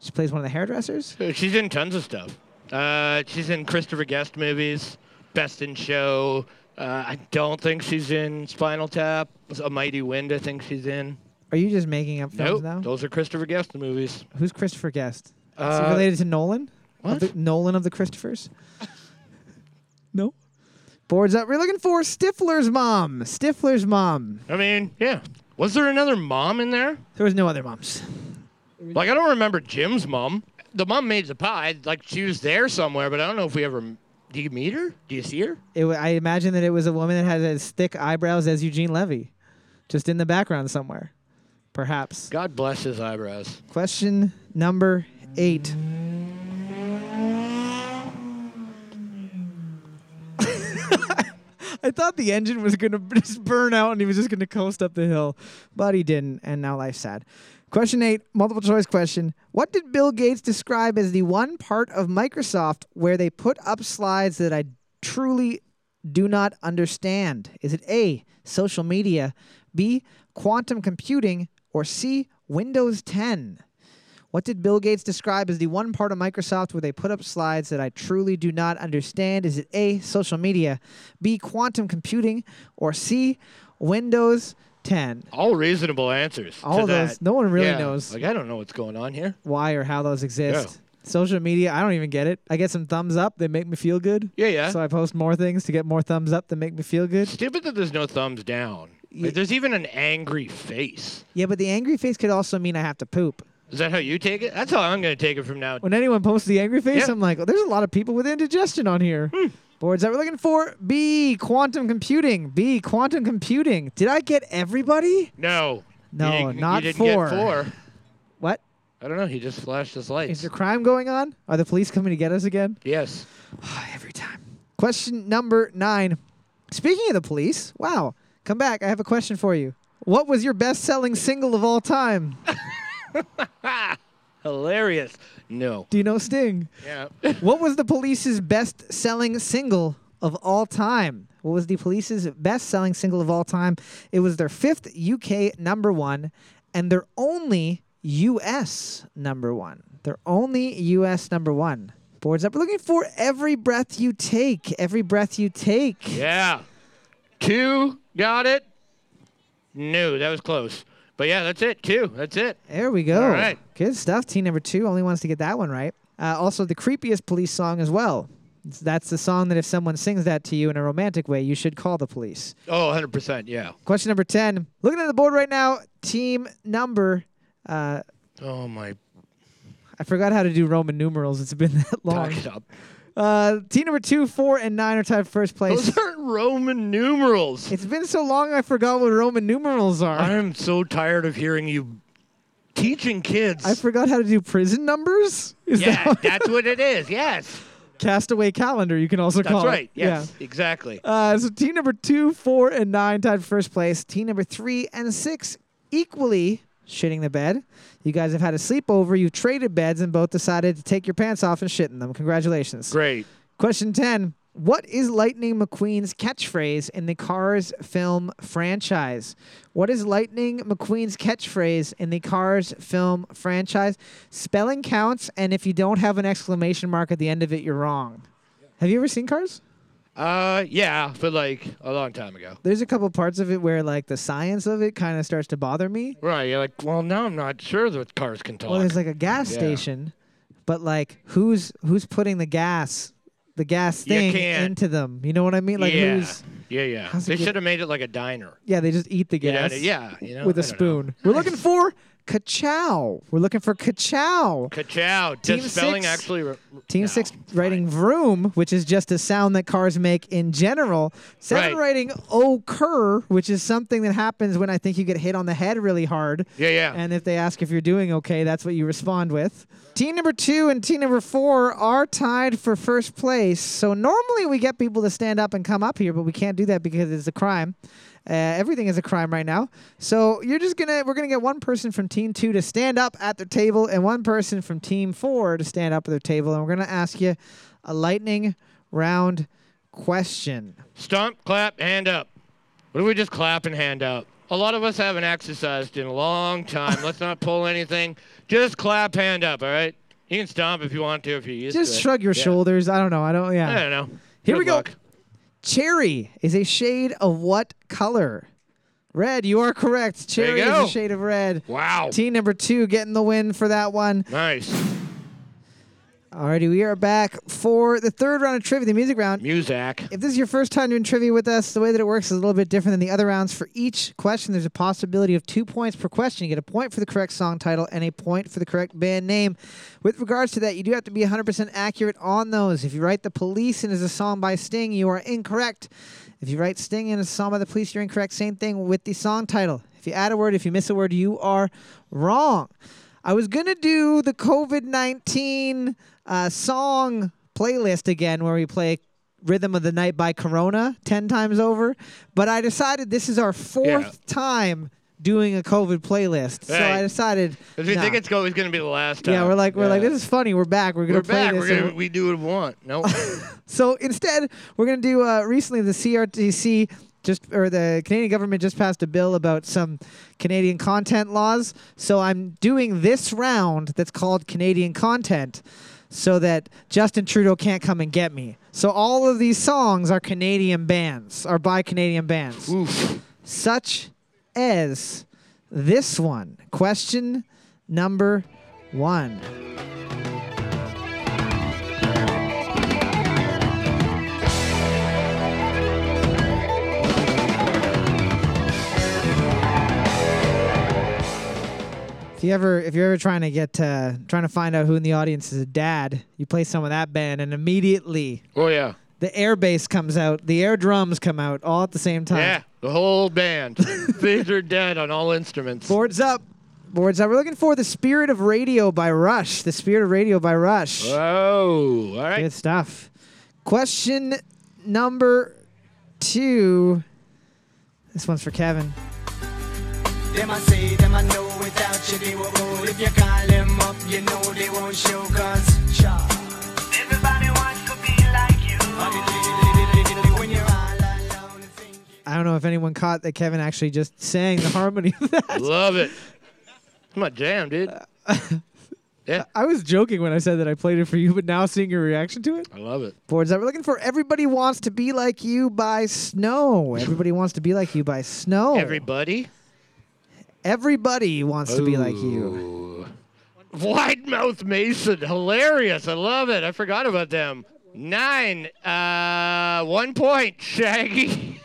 Speaker 2: She plays one of the hairdressers.
Speaker 3: she's in tons of stuff. Uh, she's in Christopher Guest movies, Best in Show. Uh, I don't think she's in Spinal Tap. A Mighty Wind, I think she's in.
Speaker 2: Are you just making up films
Speaker 3: Nope.
Speaker 2: now?
Speaker 3: Those are Christopher Guest movies.
Speaker 2: Who's Christopher Guest? Is
Speaker 3: Uh,
Speaker 2: he related to Nolan? Of
Speaker 3: what?
Speaker 2: the- Nolan of the Christophers? no. Boards up. We're looking for Stifler's mom. Stifler's mom.
Speaker 3: I mean, yeah. Was there another mom in there?
Speaker 2: There was no other moms.
Speaker 3: Like I don't remember Jim's mom. The mom made the pie. Like she was there somewhere, but I don't know if we ever. Do you meet her? Do you see her?
Speaker 2: It, wa- I imagine that it was a woman that had as thick eyebrows as Eugene Levy, just in the background somewhere, perhaps.
Speaker 3: God bless his eyebrows.
Speaker 2: Question number eight. I thought the engine was going to just burn out and he was just going to coast up the hill, but he didn't, and now life's sad. Question eight, multiple choice question. What did Bill Gates describe as the one part of Microsoft where they put up slides that I truly do not understand? Is it A, social media, B, quantum computing, or C, Windows 10? What did Bill Gates describe as the one part of Microsoft where they put up slides that I truly do not understand? Is it A, social media, B, quantum computing, or C, Windows 10?
Speaker 3: All reasonable answers.
Speaker 2: All
Speaker 3: to
Speaker 2: of those.
Speaker 3: that.
Speaker 2: No one really
Speaker 3: Yeah.
Speaker 2: knows
Speaker 3: Like I don't know what's going on here.
Speaker 2: why or how those exist. Social media, I don't even get it. I get some thumbs up, they make me feel good.
Speaker 3: Yeah, yeah.
Speaker 2: So I post more things to get more thumbs up that make me feel good.
Speaker 3: Stupid that there's no thumbs down.
Speaker 2: Ye-
Speaker 3: Like, there's even an angry face.
Speaker 2: Yeah, but the angry face could also mean I have to poop.
Speaker 3: Is that how you take it? That's how I'm gonna take it from now.
Speaker 2: when anyone posts the angry face,
Speaker 3: Yeah.
Speaker 2: I'm like, oh, there's a lot of people with indigestion on here. Boards that we're looking for. B, quantum computing. B, quantum computing. Did I get everybody?
Speaker 3: No.
Speaker 2: No,
Speaker 3: you, didn't-
Speaker 2: not
Speaker 3: you didn't
Speaker 2: four.
Speaker 3: Get four.
Speaker 2: What?
Speaker 3: I don't know. He just flashed his
Speaker 2: Is
Speaker 3: lights.
Speaker 2: there crime going on? Are the police coming to get us again?
Speaker 3: Yes.
Speaker 2: Every time. Question number nine. Speaking of the police, wow, come back. I have a question for you. What was your best selling single of all time?
Speaker 3: Hilarious. No.
Speaker 2: Do you know Sting?
Speaker 3: Yeah.
Speaker 2: What was the police's best selling single of all time? What was the police's best selling single of all time? It was their fifth UK number one and their only US number one. Their only US number one. Boards up. We're looking for Every Breath You Take. Every Breath You Take.
Speaker 3: Yeah. Two got it. No, that was close. But yeah, that's it. Two. That's it.
Speaker 2: There we go.
Speaker 3: All right.
Speaker 2: Good stuff. Team number two only wants to get that one right. Uh, also, the creepiest police song as well. It's- That's the song that if someone sings that to you in a romantic way, you should call the police.
Speaker 3: Oh, 100%. Yeah.
Speaker 2: Question number 10. Looking at the board right now, team number. Uh,
Speaker 3: Oh, my
Speaker 2: I forgot how to do Roman numerals. It's been that long.
Speaker 3: back's up.
Speaker 2: Uh, team number two, four, and nine are tied for first place.
Speaker 3: Those aren't Roman numerals.
Speaker 2: It's been so long I forgot what Roman numerals are.
Speaker 3: I am so tired of hearing you teaching kids.
Speaker 2: I forgot how to do prison numbers. Is that
Speaker 3: yeah,
Speaker 2: what-
Speaker 3: that's what it is. Yes.
Speaker 2: castaway calendar? You can also
Speaker 3: That's
Speaker 2: call
Speaker 3: right.
Speaker 2: it. Yeah.
Speaker 3: Yes. Exactly.
Speaker 2: Uh, so team number two, four, and nine tied first place. Team number three and six equally shitting the bed. You guys have had a sleepover. You traded beds and both decided to take your pants off and shit in them. Congratulations.
Speaker 3: Great.
Speaker 2: Question 10. What is Lightning McQueen's catchphrase in the Cars film franchise? What is Lightning McQueen's catchphrase in the Cars film franchise? Spelling counts, and if you don't have an exclamation mark at the end of it, you're wrong. Have you ever seen Cars?
Speaker 3: Uh, yeah, but like a long time ago.
Speaker 2: There's a couple parts of it where like the science of it kind of starts to bother me.
Speaker 3: Right. You're like, well, now I'm not sure that cars can talk.
Speaker 2: Well, there's like a gas
Speaker 3: Yeah.
Speaker 2: station, but like who's who's putting the gas, the gas
Speaker 3: You
Speaker 2: thing
Speaker 3: can't.
Speaker 2: into them? You know what I mean? Like
Speaker 3: yeah.
Speaker 2: who's
Speaker 3: yeah, yeah.
Speaker 2: how's it
Speaker 3: They
Speaker 2: get-
Speaker 3: should have made it like a diner.
Speaker 2: Yeah, they just eat the
Speaker 3: You know,
Speaker 2: gas.
Speaker 3: yeah, you know,
Speaker 2: with a
Speaker 3: I don't know.
Speaker 2: spoon. We're looking for kachow. We're looking for kachow.
Speaker 3: Ka-chow. Does
Speaker 2: Team
Speaker 3: spelling
Speaker 2: six-
Speaker 3: actually? Re-
Speaker 2: Team
Speaker 3: no,
Speaker 2: six
Speaker 3: fine.
Speaker 2: writing vroom, which is just a sound that cars make in general. Seven
Speaker 3: Right.
Speaker 2: writing occur, which is something that happens when I think you get hit on the head really hard.
Speaker 3: Yeah, yeah.
Speaker 2: And if they ask if you're doing okay, that's what you respond with. Team number two and team number four are tied for first place. So normally we get people to stand up and come up here, but we can't do that because it's a crime. Uh, everything is a crime right now. So you're just gonna we're gonna get one person from team two to stand up at their table and one person from team four to stand up at their table, and we're gonna ask you a lightning round question.
Speaker 3: Stomp, clap, hand up. What do we just clap and hand up? A lot of us haven't exercised in a long time. Let's not pull anything. Just clap, hand up. All right. You can stomp if you want to. If you're used to
Speaker 2: Just
Speaker 3: it.
Speaker 2: shrug your
Speaker 3: Yeah.
Speaker 2: shoulders. I don't know. I don't.
Speaker 3: I
Speaker 2: Yeah.
Speaker 3: don't know.
Speaker 2: Here
Speaker 3: Good
Speaker 2: we go.
Speaker 3: luck.
Speaker 2: Cherry is a shade of what color? Red, you are correct.
Speaker 3: There
Speaker 2: Cherry
Speaker 3: you
Speaker 2: is a
Speaker 3: go.
Speaker 2: shade of red.
Speaker 3: Wow.
Speaker 2: Team number two getting the win for that one.
Speaker 3: Nice.
Speaker 2: Alrighty, we are back for the third round of trivia, the music round.
Speaker 3: Muzak.
Speaker 2: If this is your first time doing trivia with us, the way that it works is a little bit different than the other rounds. For each question, there's a possibility of two points per question. You get a point for the correct song title and a point for the correct band name. With regards to that, you do have to be 100% accurate on those. If you write The Police and is a song by Sting, you are incorrect. If you write Sting and is a song by The Police, you're incorrect. Same thing with the song title. If you add a word, if you miss a word, you are wrong. I was going to do the COVID 19 uh, song playlist again where we play Rhythm of the Night by Corona 10 times over, but I decided this is our fourth time doing a COVID playlist. So
Speaker 3: Right.
Speaker 2: I decided.
Speaker 3: If you
Speaker 2: nah.
Speaker 3: think it's always going to be the last time.
Speaker 2: yeah, we're like we're like
Speaker 3: Yeah.
Speaker 2: this is funny. We're back. We're gonna
Speaker 3: We're
Speaker 2: play
Speaker 3: back.
Speaker 2: this.
Speaker 3: We're
Speaker 2: and
Speaker 3: gonna, we do what we want. No.
Speaker 2: so instead, we're going to do uh, recently the CRTC just or the Canadian government just passed a bill about some Canadian content laws. So I'm doing this round that's called Canadian content so that Justin Trudeau can't come and get me. So all of these songs are Canadian bands, are by Canadian bands
Speaker 3: Oof.
Speaker 2: such as this one. Question number one. If you ever, if you're ever trying to get, uh, trying to find out who in the audience is a dad, you play some of that band, and immediately
Speaker 3: Oh yeah.
Speaker 2: the air bass comes out, the air drums come out, all at the same time.
Speaker 3: Yeah. The whole band. These are dead on all instruments.
Speaker 2: Boards up. Boards up. We're looking for The Spirit of Radio by Rush. The Spirit of Radio by Rush.
Speaker 3: Oh. All right.
Speaker 2: Good stuff. Question number two. This one's for Kevin.
Speaker 4: Them I say, them I know without you they will roll. If you call them up, you know they won't show cause. Cha. Everybody wants to be like you. When you're all alone and thinking.
Speaker 2: I don't know if anyone caught that Kevin actually just sang the harmony of that.
Speaker 3: Love it. It's my jam, dude. Yeah.
Speaker 2: I was joking when I said that I played it for you, but now seeing your reaction to it.
Speaker 3: I love it.
Speaker 2: Boards up. We're looking for Everybody Wants to Be Like You by Snow. Everybody Wants to Be Like You by Snow.
Speaker 3: Everybody.
Speaker 2: Everybody Wants to Be Like You.
Speaker 3: Ooh. Wide mouth Mason. Hilarious. I love it. I forgot about them. Nine. Uh, one point, Shaggy.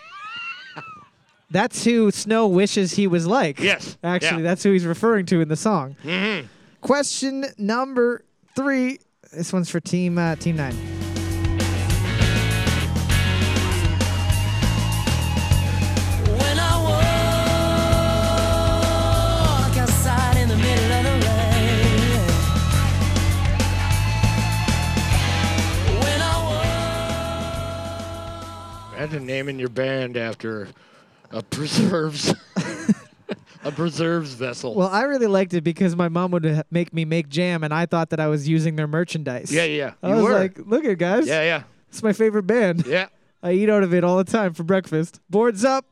Speaker 2: That's who Snow wishes he was like.
Speaker 3: Yes.
Speaker 2: Actually,
Speaker 3: Yeah.
Speaker 2: that's who he's referring to in the song. Mm-hmm. Question number three. This one's for Team uh, Team Nine.
Speaker 3: naming your band after a preserves a preserves vessel.
Speaker 2: Well, I really liked it because my mom would ha- make me make jam, and I thought that I was using their merchandise.
Speaker 3: yeah, yeah.
Speaker 2: I
Speaker 3: you
Speaker 2: was
Speaker 3: were.
Speaker 2: like, look at guys.
Speaker 3: yeah, yeah.
Speaker 2: It's my favorite band.
Speaker 3: Yeah.
Speaker 2: I eat out of it all the time for breakfast. Boards up.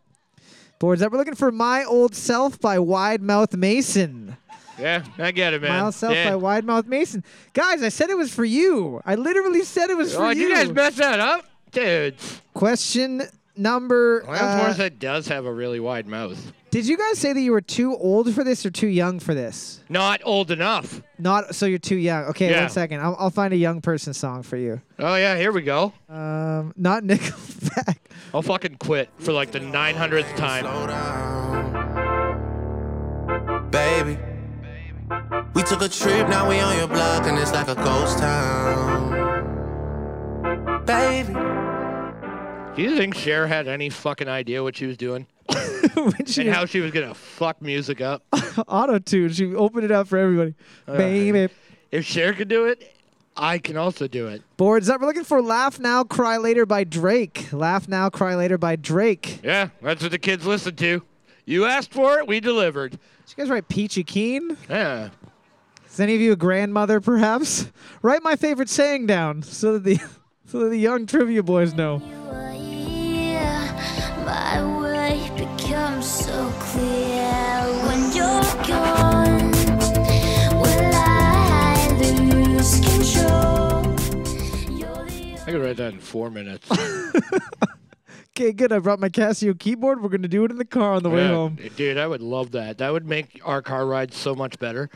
Speaker 2: Boards up. We're looking for My Old Self by Wide Mouth Mason.
Speaker 3: Yeah. I get it, man.
Speaker 2: My Old Self
Speaker 3: yeah.
Speaker 2: by Wide Mouth Mason. Guys, I said it was for you. I literally said it was for
Speaker 3: Oh, did
Speaker 2: you.
Speaker 3: you guys mess that up? Dude.
Speaker 2: Question number. uh,
Speaker 3: Lance Morissette does have a really wide mouth.
Speaker 2: did you guys say that you were too old for this or too young for this?
Speaker 3: Not old enough.
Speaker 2: Not so you're too young. Okay,
Speaker 3: Yeah.
Speaker 2: one second. I'll, I'll find a young person song for you.
Speaker 3: Oh yeah, here we go.
Speaker 2: Um, not Nickelback.
Speaker 3: I'll fucking quit for like the 900th time.
Speaker 5: Slow down. Baby, we took a trip, now we on your block, and it's like a ghost town. Baby,
Speaker 3: Do you think Cher had any fucking idea what she was doing
Speaker 2: when she
Speaker 3: and how she was gonna fuck music up?
Speaker 2: auto tune, she opened it up for everybody. Baby,
Speaker 3: if Cher could do it, I can also do it.
Speaker 2: boards up. We're looking for "Laugh Now, Cry Later" by Drake. "Laugh Now, Cry Later" by Drake. Did
Speaker 3: Yeah, that's what the kids listen to. You asked for it, we delivered.
Speaker 2: you guys write Peachy Keen?
Speaker 3: Yeah.
Speaker 2: Is any of you a grandmother, perhaps? Write my favorite saying down so that the so that the young trivia boys know.
Speaker 6: My way becomes so clear when you're gone. Will I lose control? You're the
Speaker 3: I could write that in four minutes.
Speaker 2: Okay, good. I brought my Casio keyboard. We're gonna do it in the car on the way
Speaker 3: Yeah,
Speaker 2: home.
Speaker 3: Dude, I would love that. That would make our car ride so much better.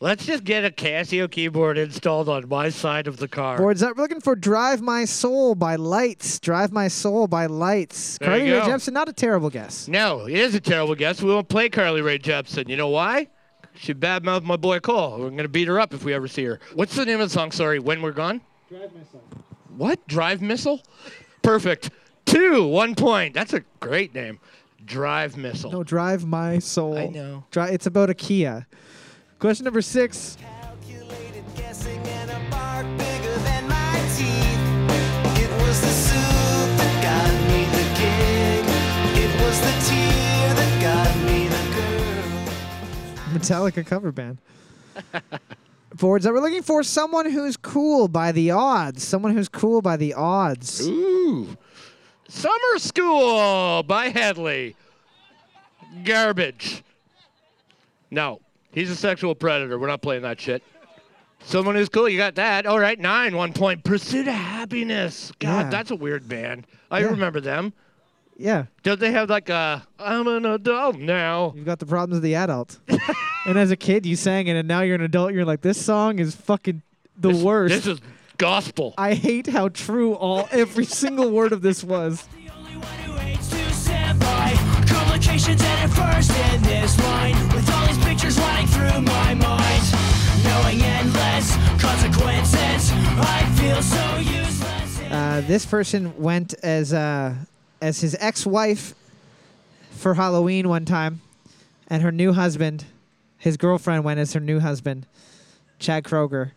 Speaker 3: Let's just get a Casio keyboard installed on my side of the car.
Speaker 2: Boards up. We're looking for "Drive My Soul" by Lights. "Drive My Soul" by Lights.
Speaker 3: There
Speaker 2: Carly
Speaker 3: you
Speaker 2: Rae
Speaker 3: go.
Speaker 2: Jepsen, not a terrible guess.
Speaker 3: No, it is a terrible guess. We won't play Carly Rae Jepsen. You know why? She badmouthed my boy Cole. We're gonna beat her up if we ever see her. What's the name of the song? Sorry, when we're gone. Drive missile. What? Drive missile? Perfect. Two, one point. That's a great name. Drive missile.
Speaker 2: No, drive my soul.
Speaker 3: I know.
Speaker 2: Dri- it's about a Kia. Question number six.
Speaker 4: Calculated guessing and a bark bigger than my teeth. It was the suit that got me the gig. It was the tear that got me the girl.
Speaker 2: Metallica cover band. Forwards that we're looking for someone who's cool by the odds. Someone who's cool by the odds.
Speaker 3: Ooh. Summer School by Headley. Garbage. No, he's a sexual predator. We're not playing that shit. Someone who's cool, you got that. All right, nine, one point. Pursuit of Happiness. God,
Speaker 2: Yeah.
Speaker 3: that's a weird band. I
Speaker 2: Yeah.
Speaker 3: remember them.
Speaker 2: Yeah,
Speaker 3: Don't they have like a, I'm an adult now?
Speaker 2: you've got the problems of the adult. and as a kid, you sang it, and now you're an adult. You're like, this song is fucking the worst.
Speaker 3: This is gospel.
Speaker 2: I hate how true all every single word of this was.
Speaker 7: The only one who hates to sit by complications and at first in this line with all these pictures running through my mind knowing endless consequences I feel so useless
Speaker 2: Uh, this person went as uh, as his ex-wife for Halloween one time, and her new husband, his girlfriend, went as her new husband, Chad Kroger,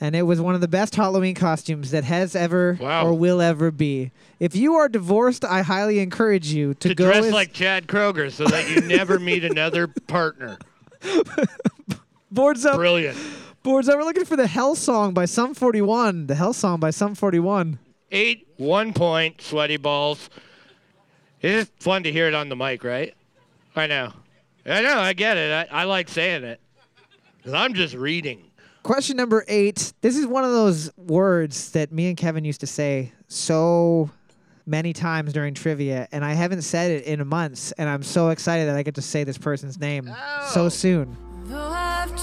Speaker 2: and it was one of the best Halloween costumes that has ever
Speaker 3: Wow.
Speaker 2: or will ever be. If you are divorced, I highly encourage you to,
Speaker 3: to
Speaker 2: go
Speaker 3: dress
Speaker 2: as-
Speaker 3: like Chad Kroger so that you never meet another partner.
Speaker 2: boards up.
Speaker 3: Brilliant.
Speaker 2: Boards up. We're looking for the Hell Song by Sum 41. The Hell Song by Sum 41.
Speaker 3: eight, one point, sweaty balls. It is fun to hear it on the mic, right? I know. I know, I get it. I, I like saying it. 'Cause I'm just reading.
Speaker 2: Question number eight. This is one of those words that me and Kevin used to say so many times during trivia, and I haven't said it in months, and I'm so excited that I get to say this person's name so soon.
Speaker 6: Though I've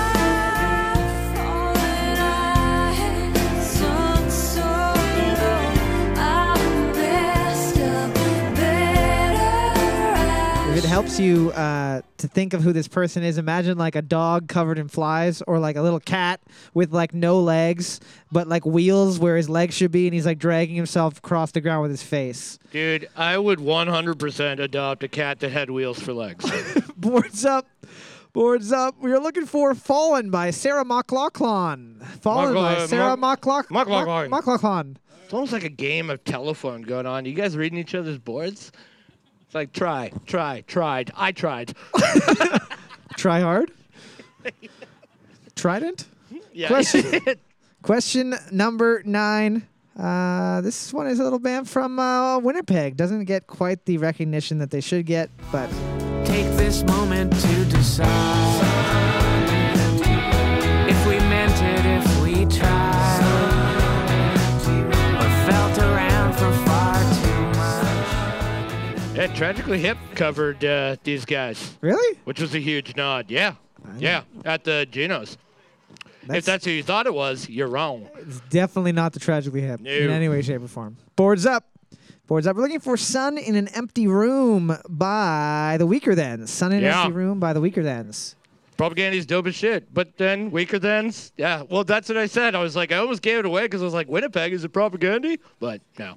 Speaker 6: tried all that I have done so long, I'm messed up better.
Speaker 2: If it helps you uh, to think of who this person is, imagine like a dog covered in flies or like a little cat with like no legs, but like wheels where his legs should be, and he's like dragging himself across the ground with his face.
Speaker 3: Dude, I would 100% adopt a cat that had wheels for legs.
Speaker 2: Boards up. Boards up. We are looking for Fallen by Sarah McLaughlin. Fallen by
Speaker 3: Mc-
Speaker 2: Sarah
Speaker 3: Mc-
Speaker 2: McLaughlin.
Speaker 3: McLaughlin.
Speaker 2: McLaughlin.
Speaker 3: It's almost like a game of telephone going on. You guys reading each other's boards? It's like try, try, tried. I tried.
Speaker 2: Try hard. Trident.
Speaker 3: Yeah.
Speaker 2: Question. Question number nine. Uh, this one is a little band from uh, Winnipeg. Doesn't get quite the recognition that they should get, but
Speaker 8: Take this moment to decide if we meant it, if we tried, or felt around for far too much.
Speaker 3: yeah, Tragically Hip covered uh, these guys,
Speaker 2: really,
Speaker 3: which was a huge nod. Yeah. Yeah. At the Genos.
Speaker 2: That's-
Speaker 3: if that's who you thought it was, you're wrong.
Speaker 2: it's definitely not the tragically hip in
Speaker 3: No.
Speaker 2: any way, shape, or form. Boards up. Boards up. We're looking for "Sun in an Empty Room" by the Weaker Thens. "Sun in an
Speaker 3: Yeah.
Speaker 2: Empty Room" by the Weaker Thens.
Speaker 3: Propaganda's dope as shit. But then, weaker than's, yeah. Well, that's what I said. I was like, I almost gave it away because I was like, Winnipeg is a propaganda? But no.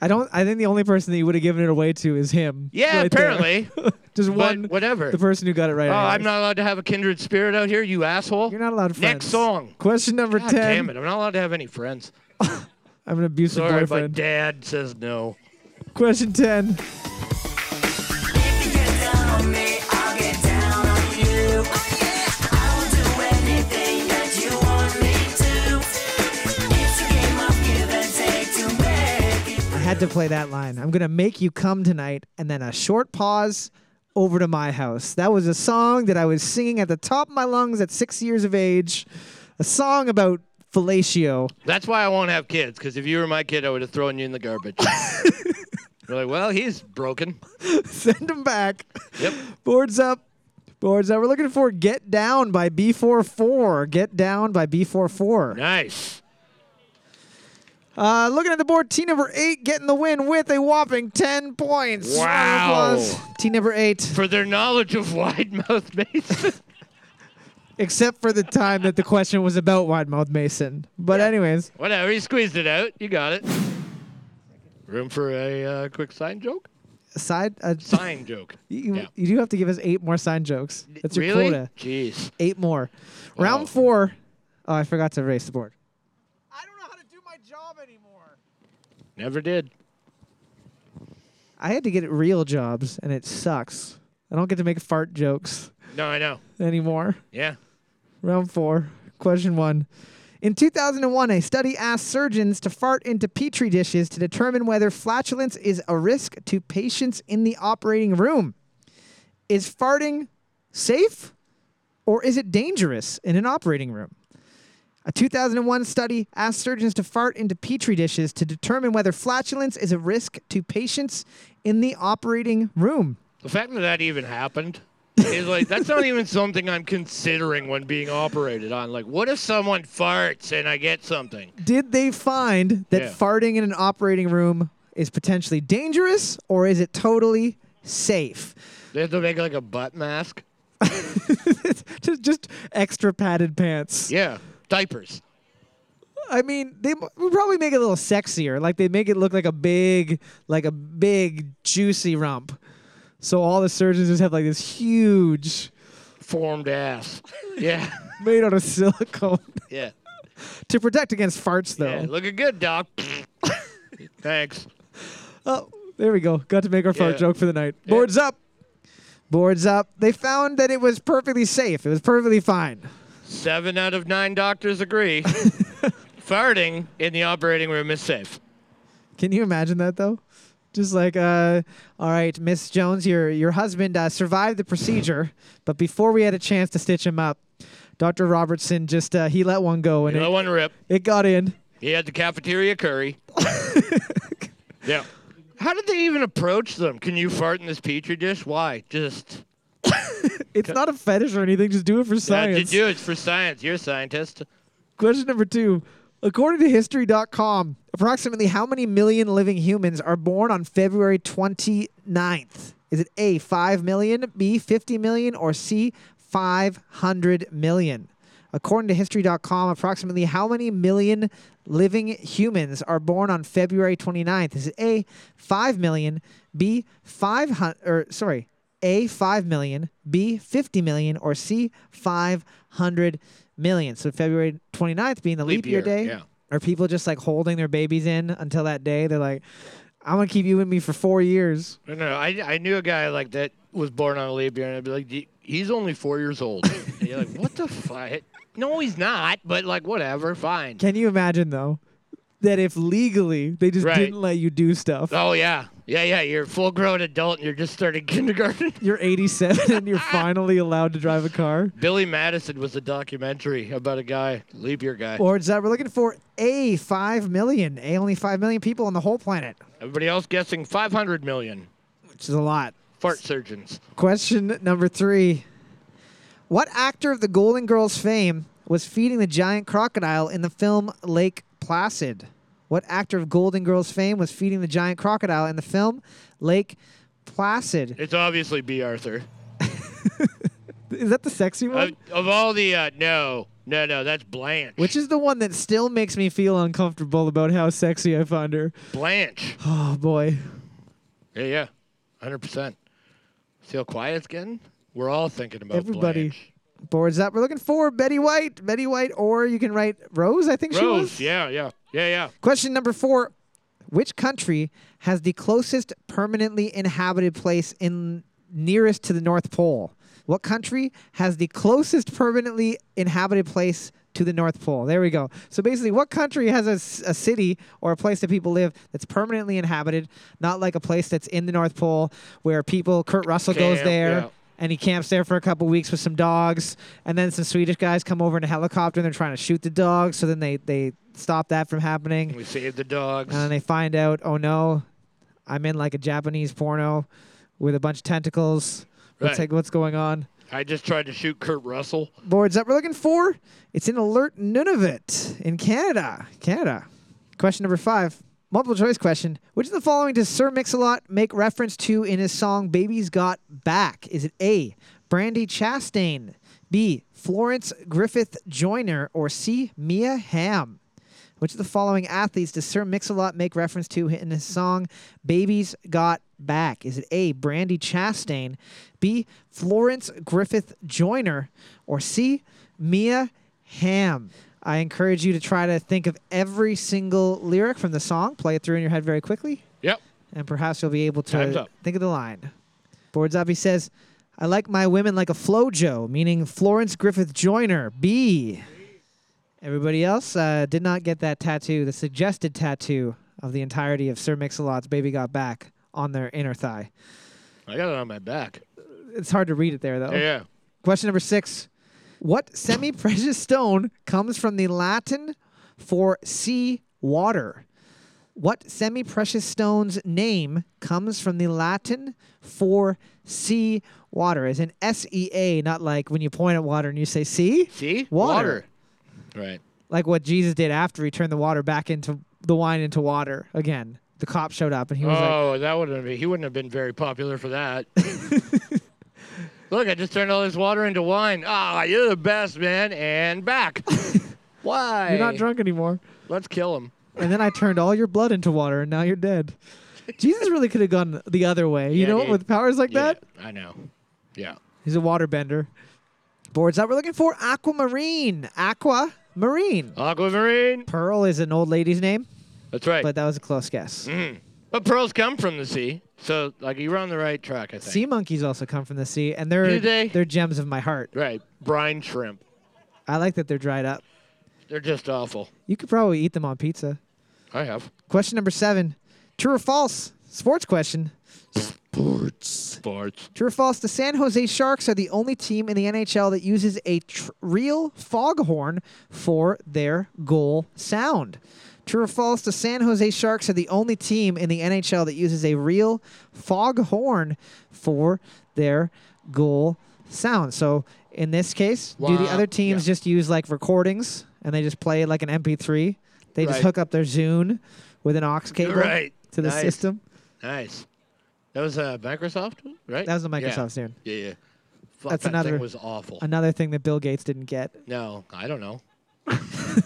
Speaker 2: I don't. I think the only person that you would have given it away to is him.
Speaker 3: Yeah,
Speaker 2: right there.
Speaker 3: apparently.
Speaker 2: Just
Speaker 3: but
Speaker 2: one.
Speaker 3: whatever.
Speaker 2: The person who got it right.
Speaker 3: Oh,
Speaker 2: anyways.
Speaker 3: I'm not allowed to have a kindred spirit out here, you asshole.
Speaker 2: You're not allowed to.
Speaker 3: Next
Speaker 2: friends.
Speaker 3: song.
Speaker 2: Question number
Speaker 3: God
Speaker 2: ten.
Speaker 3: damn it. I'm not allowed to have any friends.
Speaker 2: I'm an abusive
Speaker 3: Sorry, my
Speaker 2: boyfriend.
Speaker 3: dad says no.
Speaker 2: Question ten. I had to play that line. I'm gonna make you come tonight, and then a short pause. Over to my house. That was a song that I was singing at the top of my lungs at six years of age. A song about fellatio.
Speaker 3: That's why I won't have kids, because if you were my kid, I would have thrown you in the garbage. You're like, well, he's broken.
Speaker 2: Send them back.
Speaker 3: Yep.
Speaker 2: Boards up. Boards up. We're looking for Get Down by B44. Get Down by B44.
Speaker 3: Nice.
Speaker 2: Uh, looking at the board, team number eight getting the win with a whopping 10 points. Round
Speaker 3: Wow.
Speaker 2: of applause. Team number eight,
Speaker 3: For their knowledge of wide mouth Mason.
Speaker 2: except for the time that the question was about Widemouth Mason. But, anyways,
Speaker 3: Whatever, you squeezed it out. You got it. Room for a uh, quick sign joke?
Speaker 2: side. Uh,
Speaker 3: Sign joke.
Speaker 2: you,
Speaker 3: yeah.
Speaker 2: you do have to give us eight more sign jokes. That's your
Speaker 3: really?
Speaker 2: quota.
Speaker 3: Jeez.
Speaker 2: Eight more.
Speaker 3: Wow.
Speaker 2: Round four. Oh, I forgot to erase the board. I don't know how to do my job anymore.
Speaker 3: Never did.
Speaker 2: I had to get real jobs, and it sucks. I don't get to make fart jokes
Speaker 3: No, I know.
Speaker 2: anymore.
Speaker 3: Yeah.
Speaker 2: Round four, question one. In 2001, a study asked surgeons to fart into petri dishes to determine whether flatulence is a risk to patients in the operating room. Is farting safe or is it dangerous in an operating room? A 2001 study asked surgeons to fart into petri dishes to determine whether flatulence is a risk to patients in the operating room.
Speaker 3: The fact that that even happened is like that's not even something I'm considering when being operated on. Like, what if someone farts and I get something?
Speaker 2: did they find that
Speaker 3: Yeah.
Speaker 2: farting in an operating room is potentially dangerous or is it totally safe?
Speaker 3: They have to make like a butt mask.
Speaker 2: just, just extra padded pants.
Speaker 3: Yeah, diapers.
Speaker 2: I mean, they m- would probably make it a little sexier. Like they make it look like a big, like a big juicy rump. So all the surgeons just have like this huge,
Speaker 3: Formed ass. Yeah,
Speaker 2: made out of silicone
Speaker 3: yeah.
Speaker 2: to protect against farts, though.
Speaker 3: yeah. Looking good, doc. Thanks.
Speaker 2: Oh, there we go. Got to make our fart
Speaker 3: Yeah.
Speaker 2: joke for the night. Boards up. Boards up. They found that it was perfectly safe. It was perfectly fine.
Speaker 3: Seven out of nine doctors agree. farting in the operating room is safe.
Speaker 2: Can you imagine that though? Just like, uh, all right, Miss Jones, your your husband uh, survived the procedure, but before we had a chance to stitch him up, Doctor Robertson just uh, he let one go and
Speaker 3: No
Speaker 2: it,
Speaker 3: one rip.
Speaker 2: it got in.
Speaker 3: He had the cafeteria curry. yeah. How did they even approach them? Can you fart in this petri dish? Why? Just
Speaker 2: It's not a fetish or anything. Just do it for
Speaker 3: yeah,
Speaker 2: science.
Speaker 3: to do it for science. You're a scientist.
Speaker 2: Question number two. According to history.com, approximately how many million living humans are born on February 29th? Is it A, 5 million, B, 50 million, or C, 500 million? According to history.com, approximately how many million living humans are born on February 29th? Is it A, 5 million, B, 500, or sorry, a, 5 million, B, 50 million, or C, 500 million. So February 29th being the leap,
Speaker 3: Leap
Speaker 2: year,
Speaker 3: year,
Speaker 2: day
Speaker 3: yeah.
Speaker 2: Are people just like holding their babies in until that day? They're like, I'm gonna keep you with me for four years.
Speaker 3: No, no, I, I knew a guy like that was born on a leap year, and I'd be like, "D- he's only four years old. and you're like, what the fuck? No, he's not, but like, whatever, fine.
Speaker 2: Can you imagine though that if legally they just
Speaker 3: Right.
Speaker 2: didn't let you do stuff?
Speaker 3: Oh, yeah. Yeah, yeah. You're a full grown adult and you're just starting kindergarten.
Speaker 2: You're 87 and you're finally allowed to drive a car.
Speaker 3: Billy Madison was a documentary about a guy, leap year guy.
Speaker 2: Or is that we're looking for a five million, a only five million people on the whole planet,
Speaker 3: Everybody else guessing 500 million.
Speaker 2: which is a lot.
Speaker 3: Fart surgeons.
Speaker 2: Question number three. What actor of the Golden Girls fame was feeding the giant crocodile in the film Lake Placid? What actor of Golden Girls fame was feeding the giant crocodile in the film Lake Placid?
Speaker 3: It's obviously B. Arthur.
Speaker 2: Is that the sexy
Speaker 3: Of,
Speaker 2: one?
Speaker 3: of all the, uh, no, no, no, that's Blanche.
Speaker 2: Which is the one that still makes me feel uncomfortable about how sexy I found her.
Speaker 3: Blanche.
Speaker 2: Oh boy.
Speaker 3: Yeah, yeah, hundred percent. See how quiet it's getting? We're all thinking about
Speaker 2: Everybody.
Speaker 3: Blanche.
Speaker 2: Boards up. We're looking for Betty White. Betty White, or you can write Rose, I think she was.
Speaker 3: Rose, yeah, yeah, yeah, yeah.
Speaker 2: Question number four Which country has the closest permanently inhabited place in nearest to the North Pole? What country has the closest permanently inhabited place to the North Pole? There we go. So basically, what country has a, s- a city or a place that people live that's permanently inhabited, not like a place that's in the North Pole where people, Kurt Russell goes
Speaker 3: Camp,
Speaker 2: there.
Speaker 3: yeah.
Speaker 2: And he camps there for a couple weeks with some dogs, and then some Swedish guys come over in a helicopter and they're trying to shoot the dogs. So then they they stop that from happening.
Speaker 3: We saved the dogs.
Speaker 2: And they find out, oh no, I'm in like a Japanese porno with a bunch of tentacles. What's
Speaker 3: Right.
Speaker 2: like what's going on?
Speaker 3: I just tried to shoot Kurt Russell.
Speaker 2: Boards that we're looking for. It's in Alert Nunavut in Canada. Canada. Question number five. Multiple choice question. Which of the following does Sir Mix-a-Lot make reference to in his song "Baby's Got Back"? Is it A. Brandy Chastain, B. Florence Griffith Joyner, or C. Mia Hamm? Which of the following athletes does Sir Mix-a-Lot make reference to in his song "Babies Got Back"? Is it A. Brandy Chastain, B. Florence Griffith Joyner, or C. Mia Hamm? I encourage you to try to think of every single lyric from the song, play it through in your head very quickly,
Speaker 3: Yep.
Speaker 2: and perhaps you'll be able
Speaker 3: Time's
Speaker 2: to
Speaker 3: up.
Speaker 2: think of the line. Boards up. He says, "I like my women like a flojo," meaning Florence Griffith Joyner. B. Everybody else uh, did not get that tattoo, the suggested tattoo of the entirety of Sir Mix-a-Lot's "Baby Got Back" on their inner thigh.
Speaker 3: I got it on my back.
Speaker 2: It's hard to read it there though.
Speaker 3: Yeah, yeah.
Speaker 2: Question number six. What semi precious stone comes from the Latin for sea water? What semi precious stone's name comes from the Latin for sea water? As in S E A, not like when you point at water and you say sea?
Speaker 3: See?
Speaker 2: Water.
Speaker 3: Water. Right.
Speaker 2: Like what Jesus did after he turned the water back into the wine into water again. The cop showed up and he was like,
Speaker 3: Oh, that wouldn't have been, he wouldn't have been very popular for that. Look, I just turned all this water into wine. Ah, you're the best, man. And back. Why?
Speaker 2: You're not drunk anymore.
Speaker 3: Let's kill him.
Speaker 2: and then I turned all your blood into water, and now you're dead. Jesus really could have gone the other way, you
Speaker 3: Yeah,
Speaker 2: know,
Speaker 3: dude.
Speaker 2: with powers like that.
Speaker 3: Yeah, I know. Yeah.
Speaker 2: He's a waterbender. Boards that we're looking for Aquamarine. Aquamarine.
Speaker 3: Aquamarine.
Speaker 2: Pearl is an old lady's name,
Speaker 3: That's right.
Speaker 2: but that was a close guess.
Speaker 3: Mm. But pearls come from the sea, so like you were on the right track, I think.
Speaker 2: Sea monkeys also come from the sea, and they're
Speaker 3: Do they?
Speaker 2: they're gems of my heart.
Speaker 3: Right, brine shrimp.
Speaker 2: I like that they're dried up.
Speaker 3: They're just awful.
Speaker 2: You could probably eat them on pizza.
Speaker 3: I have
Speaker 2: Question number seven: True or false? Sports question.
Speaker 3: sports.
Speaker 2: True or false? The San Jose Sharks are the only team in the NHL that uses a tr- real foghorn for their goal sound. True or false? The San Jose Sharks are the only team in the NHL that uses a real foghorn for their goal sound. So in this case, do the
Speaker 3: Wah.
Speaker 2: other teams just use like recordings and they just play like an MP3? They just
Speaker 3: Right.
Speaker 2: hook up their Zune with an aux cable
Speaker 3: Right.
Speaker 2: to the
Speaker 3: Nice.
Speaker 2: system.
Speaker 3: Nice. That was uh, Microsoft, right?
Speaker 2: That was the
Speaker 3: Yeah.
Speaker 2: Microsoft Zune.
Speaker 3: Yeah, yeah. Fuck,
Speaker 2: That's
Speaker 3: that
Speaker 2: another-
Speaker 3: thing was awful.
Speaker 2: Another thing that Bill Gates didn't get.
Speaker 3: no, I don't know.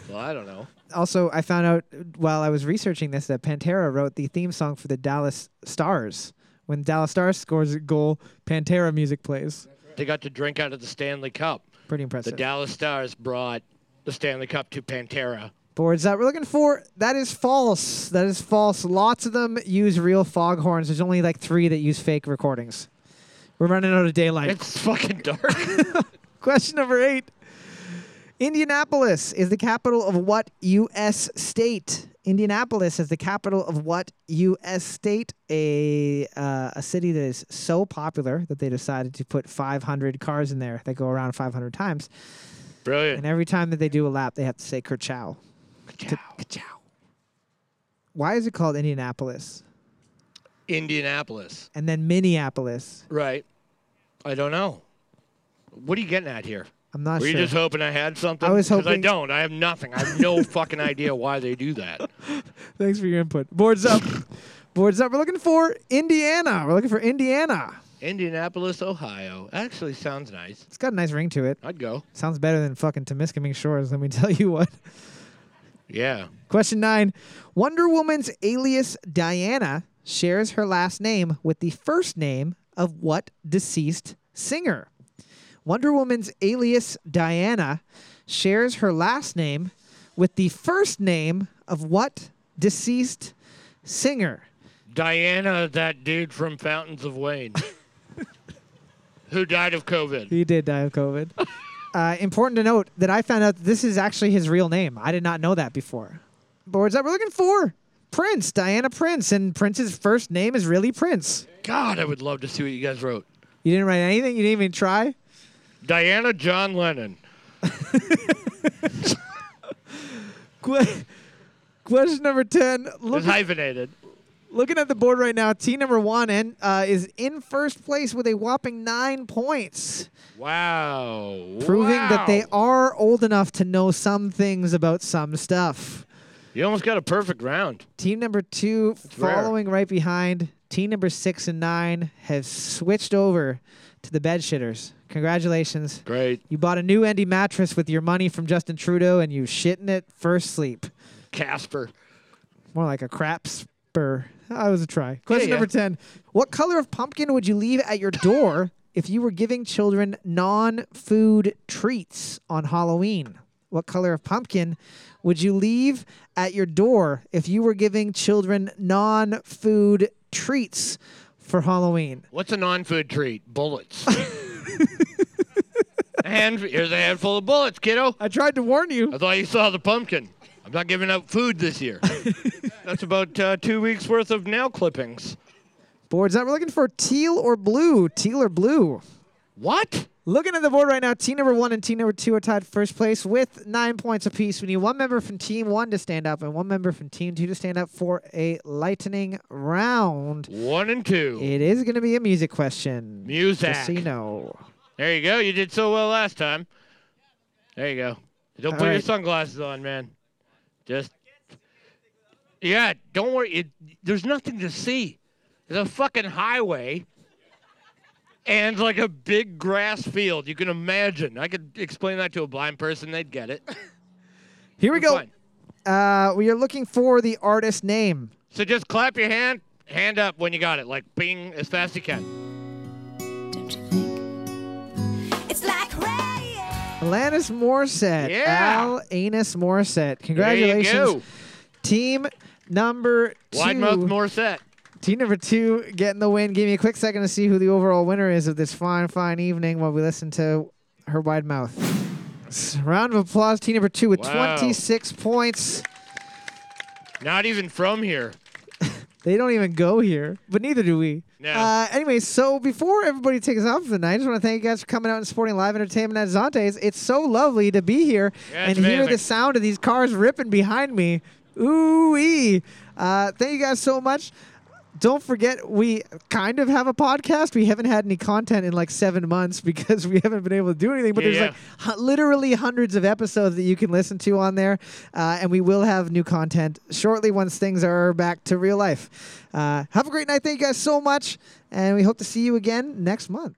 Speaker 3: well, I don't know.
Speaker 2: also I found out uh, while I was researching this that Pantera wrote the theme song for the Dallas Stars. When Dallas Stars scores a goal, Pantera music plays.
Speaker 3: They got to drink out of the Stanley Cup.
Speaker 2: Pretty
Speaker 3: The
Speaker 2: impressive.
Speaker 3: Dallas Stars brought the Stanley Cup to Pantera
Speaker 2: But words that we're looking for, that is false. That is false. Lots of them use real foghorns. There's only like three that use fake recordings. We're running out of daylight.
Speaker 3: It's fucking dark.
Speaker 2: Question number eight. Indianapolis is the capital of what U.S. state? Indianapolis is the capital of what U.S. state? A uh, a city that is so popular that they decided to put 500 cars in there that go around 500 times, and
Speaker 3: Brilliant.
Speaker 2: every time that they do a lap, they have to say "kerchow." Why is it called Indianapolis
Speaker 3: Indianapolis.
Speaker 2: and then Minneapolis?
Speaker 3: Right. I don't know. What are you getting at here?
Speaker 2: I'm not
Speaker 3: Were
Speaker 2: sure.
Speaker 3: you just hoping I had something?
Speaker 2: I was
Speaker 3: 'Cause I
Speaker 2: hoping-
Speaker 3: don't. I have nothing. I have no fucking idea why they do that.
Speaker 2: Thanks for your input. Boards up. Boards up. We're looking for Indiana. We're looking for Indiana.
Speaker 3: Indianapolis, Ohio. Actually, sounds nice.
Speaker 2: It's got a nice ring to it.
Speaker 3: I'd go.
Speaker 2: Sounds better than fucking Temiskaming Shores, let me tell you what.
Speaker 3: Yeah.
Speaker 2: Question nine Wonder Woman's alias Diana shares her last name with the first name of what deceased singer? Wonder Woman's alias Diana shares her last name with the first name of what deceased singer?
Speaker 3: Diana, that dude from Fountains of Wayne, who died of COVID.
Speaker 2: He did die of COVID. uh, important to note that I found out this is actually his real name. I did not know that before. Boards that we're looking for Prince, Diana Prince, and Prince's first name is really Prince.
Speaker 3: God, I would love to see what you guys wrote.
Speaker 2: You didn't write anything, you didn't even try.
Speaker 3: Diana John Lennon.
Speaker 2: Que- Question number 10. Look,
Speaker 3: It's hyphenated.
Speaker 2: looking at the board right now, team number one and, uh, is in first place with a whopping nine points,
Speaker 3: Wow.
Speaker 2: proving that they
Speaker 3: Wow.
Speaker 2: are old enough to know some things about some stuff.
Speaker 3: You almost got a perfect round.
Speaker 2: Team number two,
Speaker 3: rare.
Speaker 2: following right behind. Team number six and nine have switched over to the bed shitters. Congratulations.
Speaker 3: Great.
Speaker 2: You bought a new Endy mattress with your money from Justin Trudeau and you shit in it first sleep.
Speaker 3: Casper.
Speaker 2: More like a crap spur. That was a try. Question
Speaker 3: yeah.
Speaker 2: number 10. What color of pumpkin would you leave at your door if you were giving children non food treats on Halloween? What color of pumpkin would you leave at your door if you were giving children non food treats for Halloween?
Speaker 3: What's a non-food treat? Bullets. and here's a handful of bullets, kiddo.
Speaker 2: I tried to warn you.
Speaker 3: I thought you saw the pumpkin. I'm not giving up food this year. That's about uh, two weeks worth of nail clippings.
Speaker 2: Boards that we're looking for teal or blue. Teal or blue.
Speaker 3: What?
Speaker 2: Looking at the board right now, team number one and team number two are tied first place with nine points apiece. We need one member from team one to stand up and one member from team two to stand up for a lightning round.
Speaker 3: One and two.
Speaker 2: It is going to be a music question.
Speaker 3: Music.
Speaker 2: Just so you know.
Speaker 3: There you go. You did so well last time. There you go. Don't
Speaker 2: All
Speaker 3: put your
Speaker 2: right.
Speaker 3: sunglasses on, man. Just. Yeah, don't worry. It, there's nothing to see. There's a fucking highway and like a big grass field. You can imagine. I could explain that to a blind person, they'd get it.
Speaker 2: Here we go.
Speaker 3: Fine.
Speaker 2: Uh, we are looking for the artist name.
Speaker 3: So just clap your hand, hand up when you got it, like bing as fast as you can.
Speaker 6: Don't you think? It's like rain.
Speaker 2: Alanis Morissette.
Speaker 3: Yeah.
Speaker 2: Al Anus Morissette.
Speaker 3: There you
Speaker 2: Congratulations.
Speaker 3: go.
Speaker 2: Team number two.
Speaker 3: Wide mouth, more set.
Speaker 2: Team number two getting the win. Give me a quick second to see who the overall winner is of this fine, fine evening while we listen to her wide mouth. S- Round of applause, team number two with
Speaker 3: Wow.
Speaker 2: 26 points.
Speaker 3: Not even from here.
Speaker 2: They don't even go here, but neither do we.
Speaker 3: No.
Speaker 2: Uh, anyway, so before everybody takes off for the night, I just want to thank you guys for coming out and supporting live entertainment at Zante's. It's so lovely to be here
Speaker 3: Yeah,
Speaker 2: and
Speaker 3: it's
Speaker 2: hear
Speaker 3: amazing.
Speaker 2: the sound of these cars ripping behind me. Ooh-wee. Uh, thank you guys so much. Don't forget, we kind of have a podcast. We haven't had any content in like seven months because we haven't been able to do anything. But
Speaker 3: Yeah,
Speaker 2: there's
Speaker 3: yeah.
Speaker 2: like hu- literally hundreds of episodes that you can listen to on there. Uh, and we will have new content shortly once things are back to real life. Uh, have a great night. Thank you guys so much. And we hope to see you again next month.